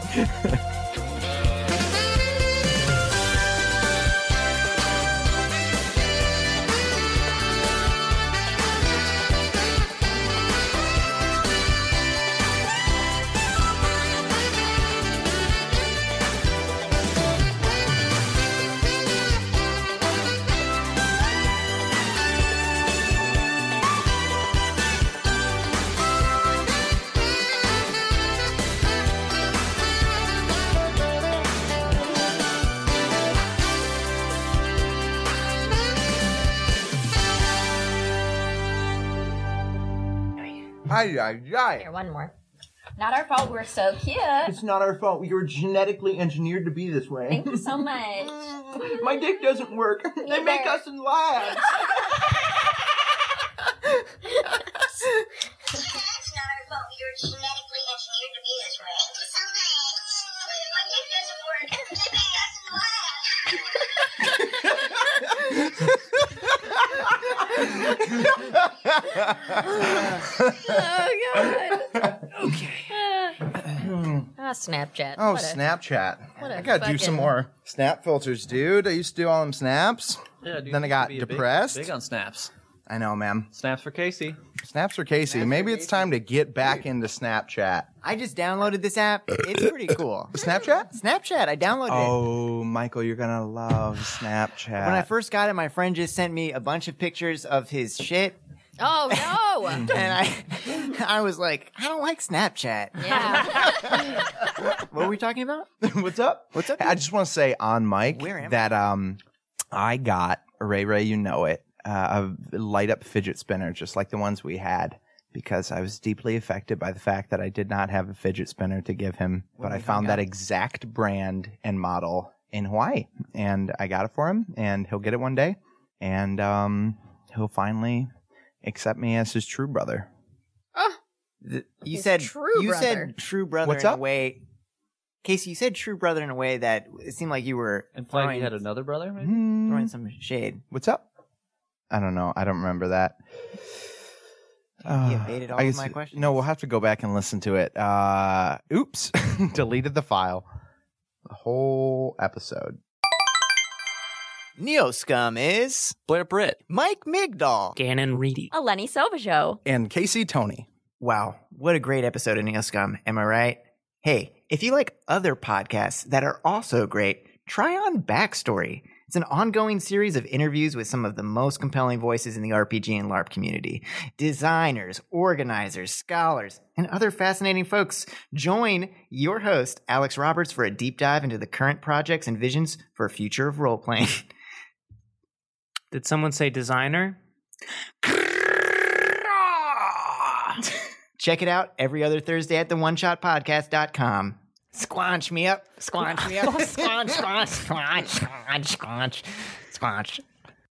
Ay, ay, ay.
Here, one more. Not our fault. We're so cute.
It's not our fault. We were genetically engineered to be this way.
Thank you so much.
My dick doesn't work. they make us in labs.
oh (laughs) god. Okay. Ah, Snapchat.
Oh,
What a-
Snapchat.
what a
I gotta do some
fucking-
more snap filters, dude. I used to do all them snaps.
Yeah, dude,
then I
you
got
used to be a big-
depressed.
big on snaps.
I know, man.
Snaps for Casey.
Snaps for Casey. Maybe it's time to get back into Snapchat.
I just downloaded this app. It's pretty cool.
(laughs) Snapchat?
Snapchat. I downloaded it.
Oh, Michael, you're gonna love Snapchat.
When I first got it, my friend just sent me a bunch of pictures of his shit.
Oh
(laughs)
no.
And I I (laughs) was like, I don't like Snapchat.
yeah.
(laughs) What were we talking about?
What's up?
(laughs) What's up?
I just want to say on mic
Where am I?
that um, I got Ray Ray, you know it, uh, a light up fidget spinner just like the ones we had because I was deeply affected by the fact that I did not have a fidget spinner to give him, but I found that exact brand and model in Hawaii, and I got it for him, and he'll get it one day, and um, he'll finally accept me as his true brother.
Th- You
His
said
true
you
brother.
said true brother
What's
in
up?
a way. Casey, you said true brother in a way that it seemed like you were
And Flag,
throwing,
you had another brother, maybe?
Hmm.
Mm.
throwing some shade.
What's up? I don't know. I don't remember that.
You
Uh,
evaded all
I
of
guess-
my questions.
No, we'll have to go back and listen to it. Uh, oops, (laughs) deleted the file. The whole episode.
Neo Scum is Blair Britt, Mike Migdal,
Gannon Reedy,
A Lenny Silva show.
and Casey Tony. Wow, what a great episode of Neo Scum, am I right? Hey, if you like other podcasts that are also great, try on Backstory. It's an ongoing series of interviews with some of the most compelling voices in the RPG and LARP community designers, organizers, scholars, and other fascinating folks. Join your host, Alex Roberts, for a deep dive into the current projects and visions for a future of role (laughs) playing.
Did someone say designer?
Check it out every other Thursday at the oneshotpodcast.com. Squanch me up. Squanch me up. squanch, squanch, squanch, squanch, squanch, squanch.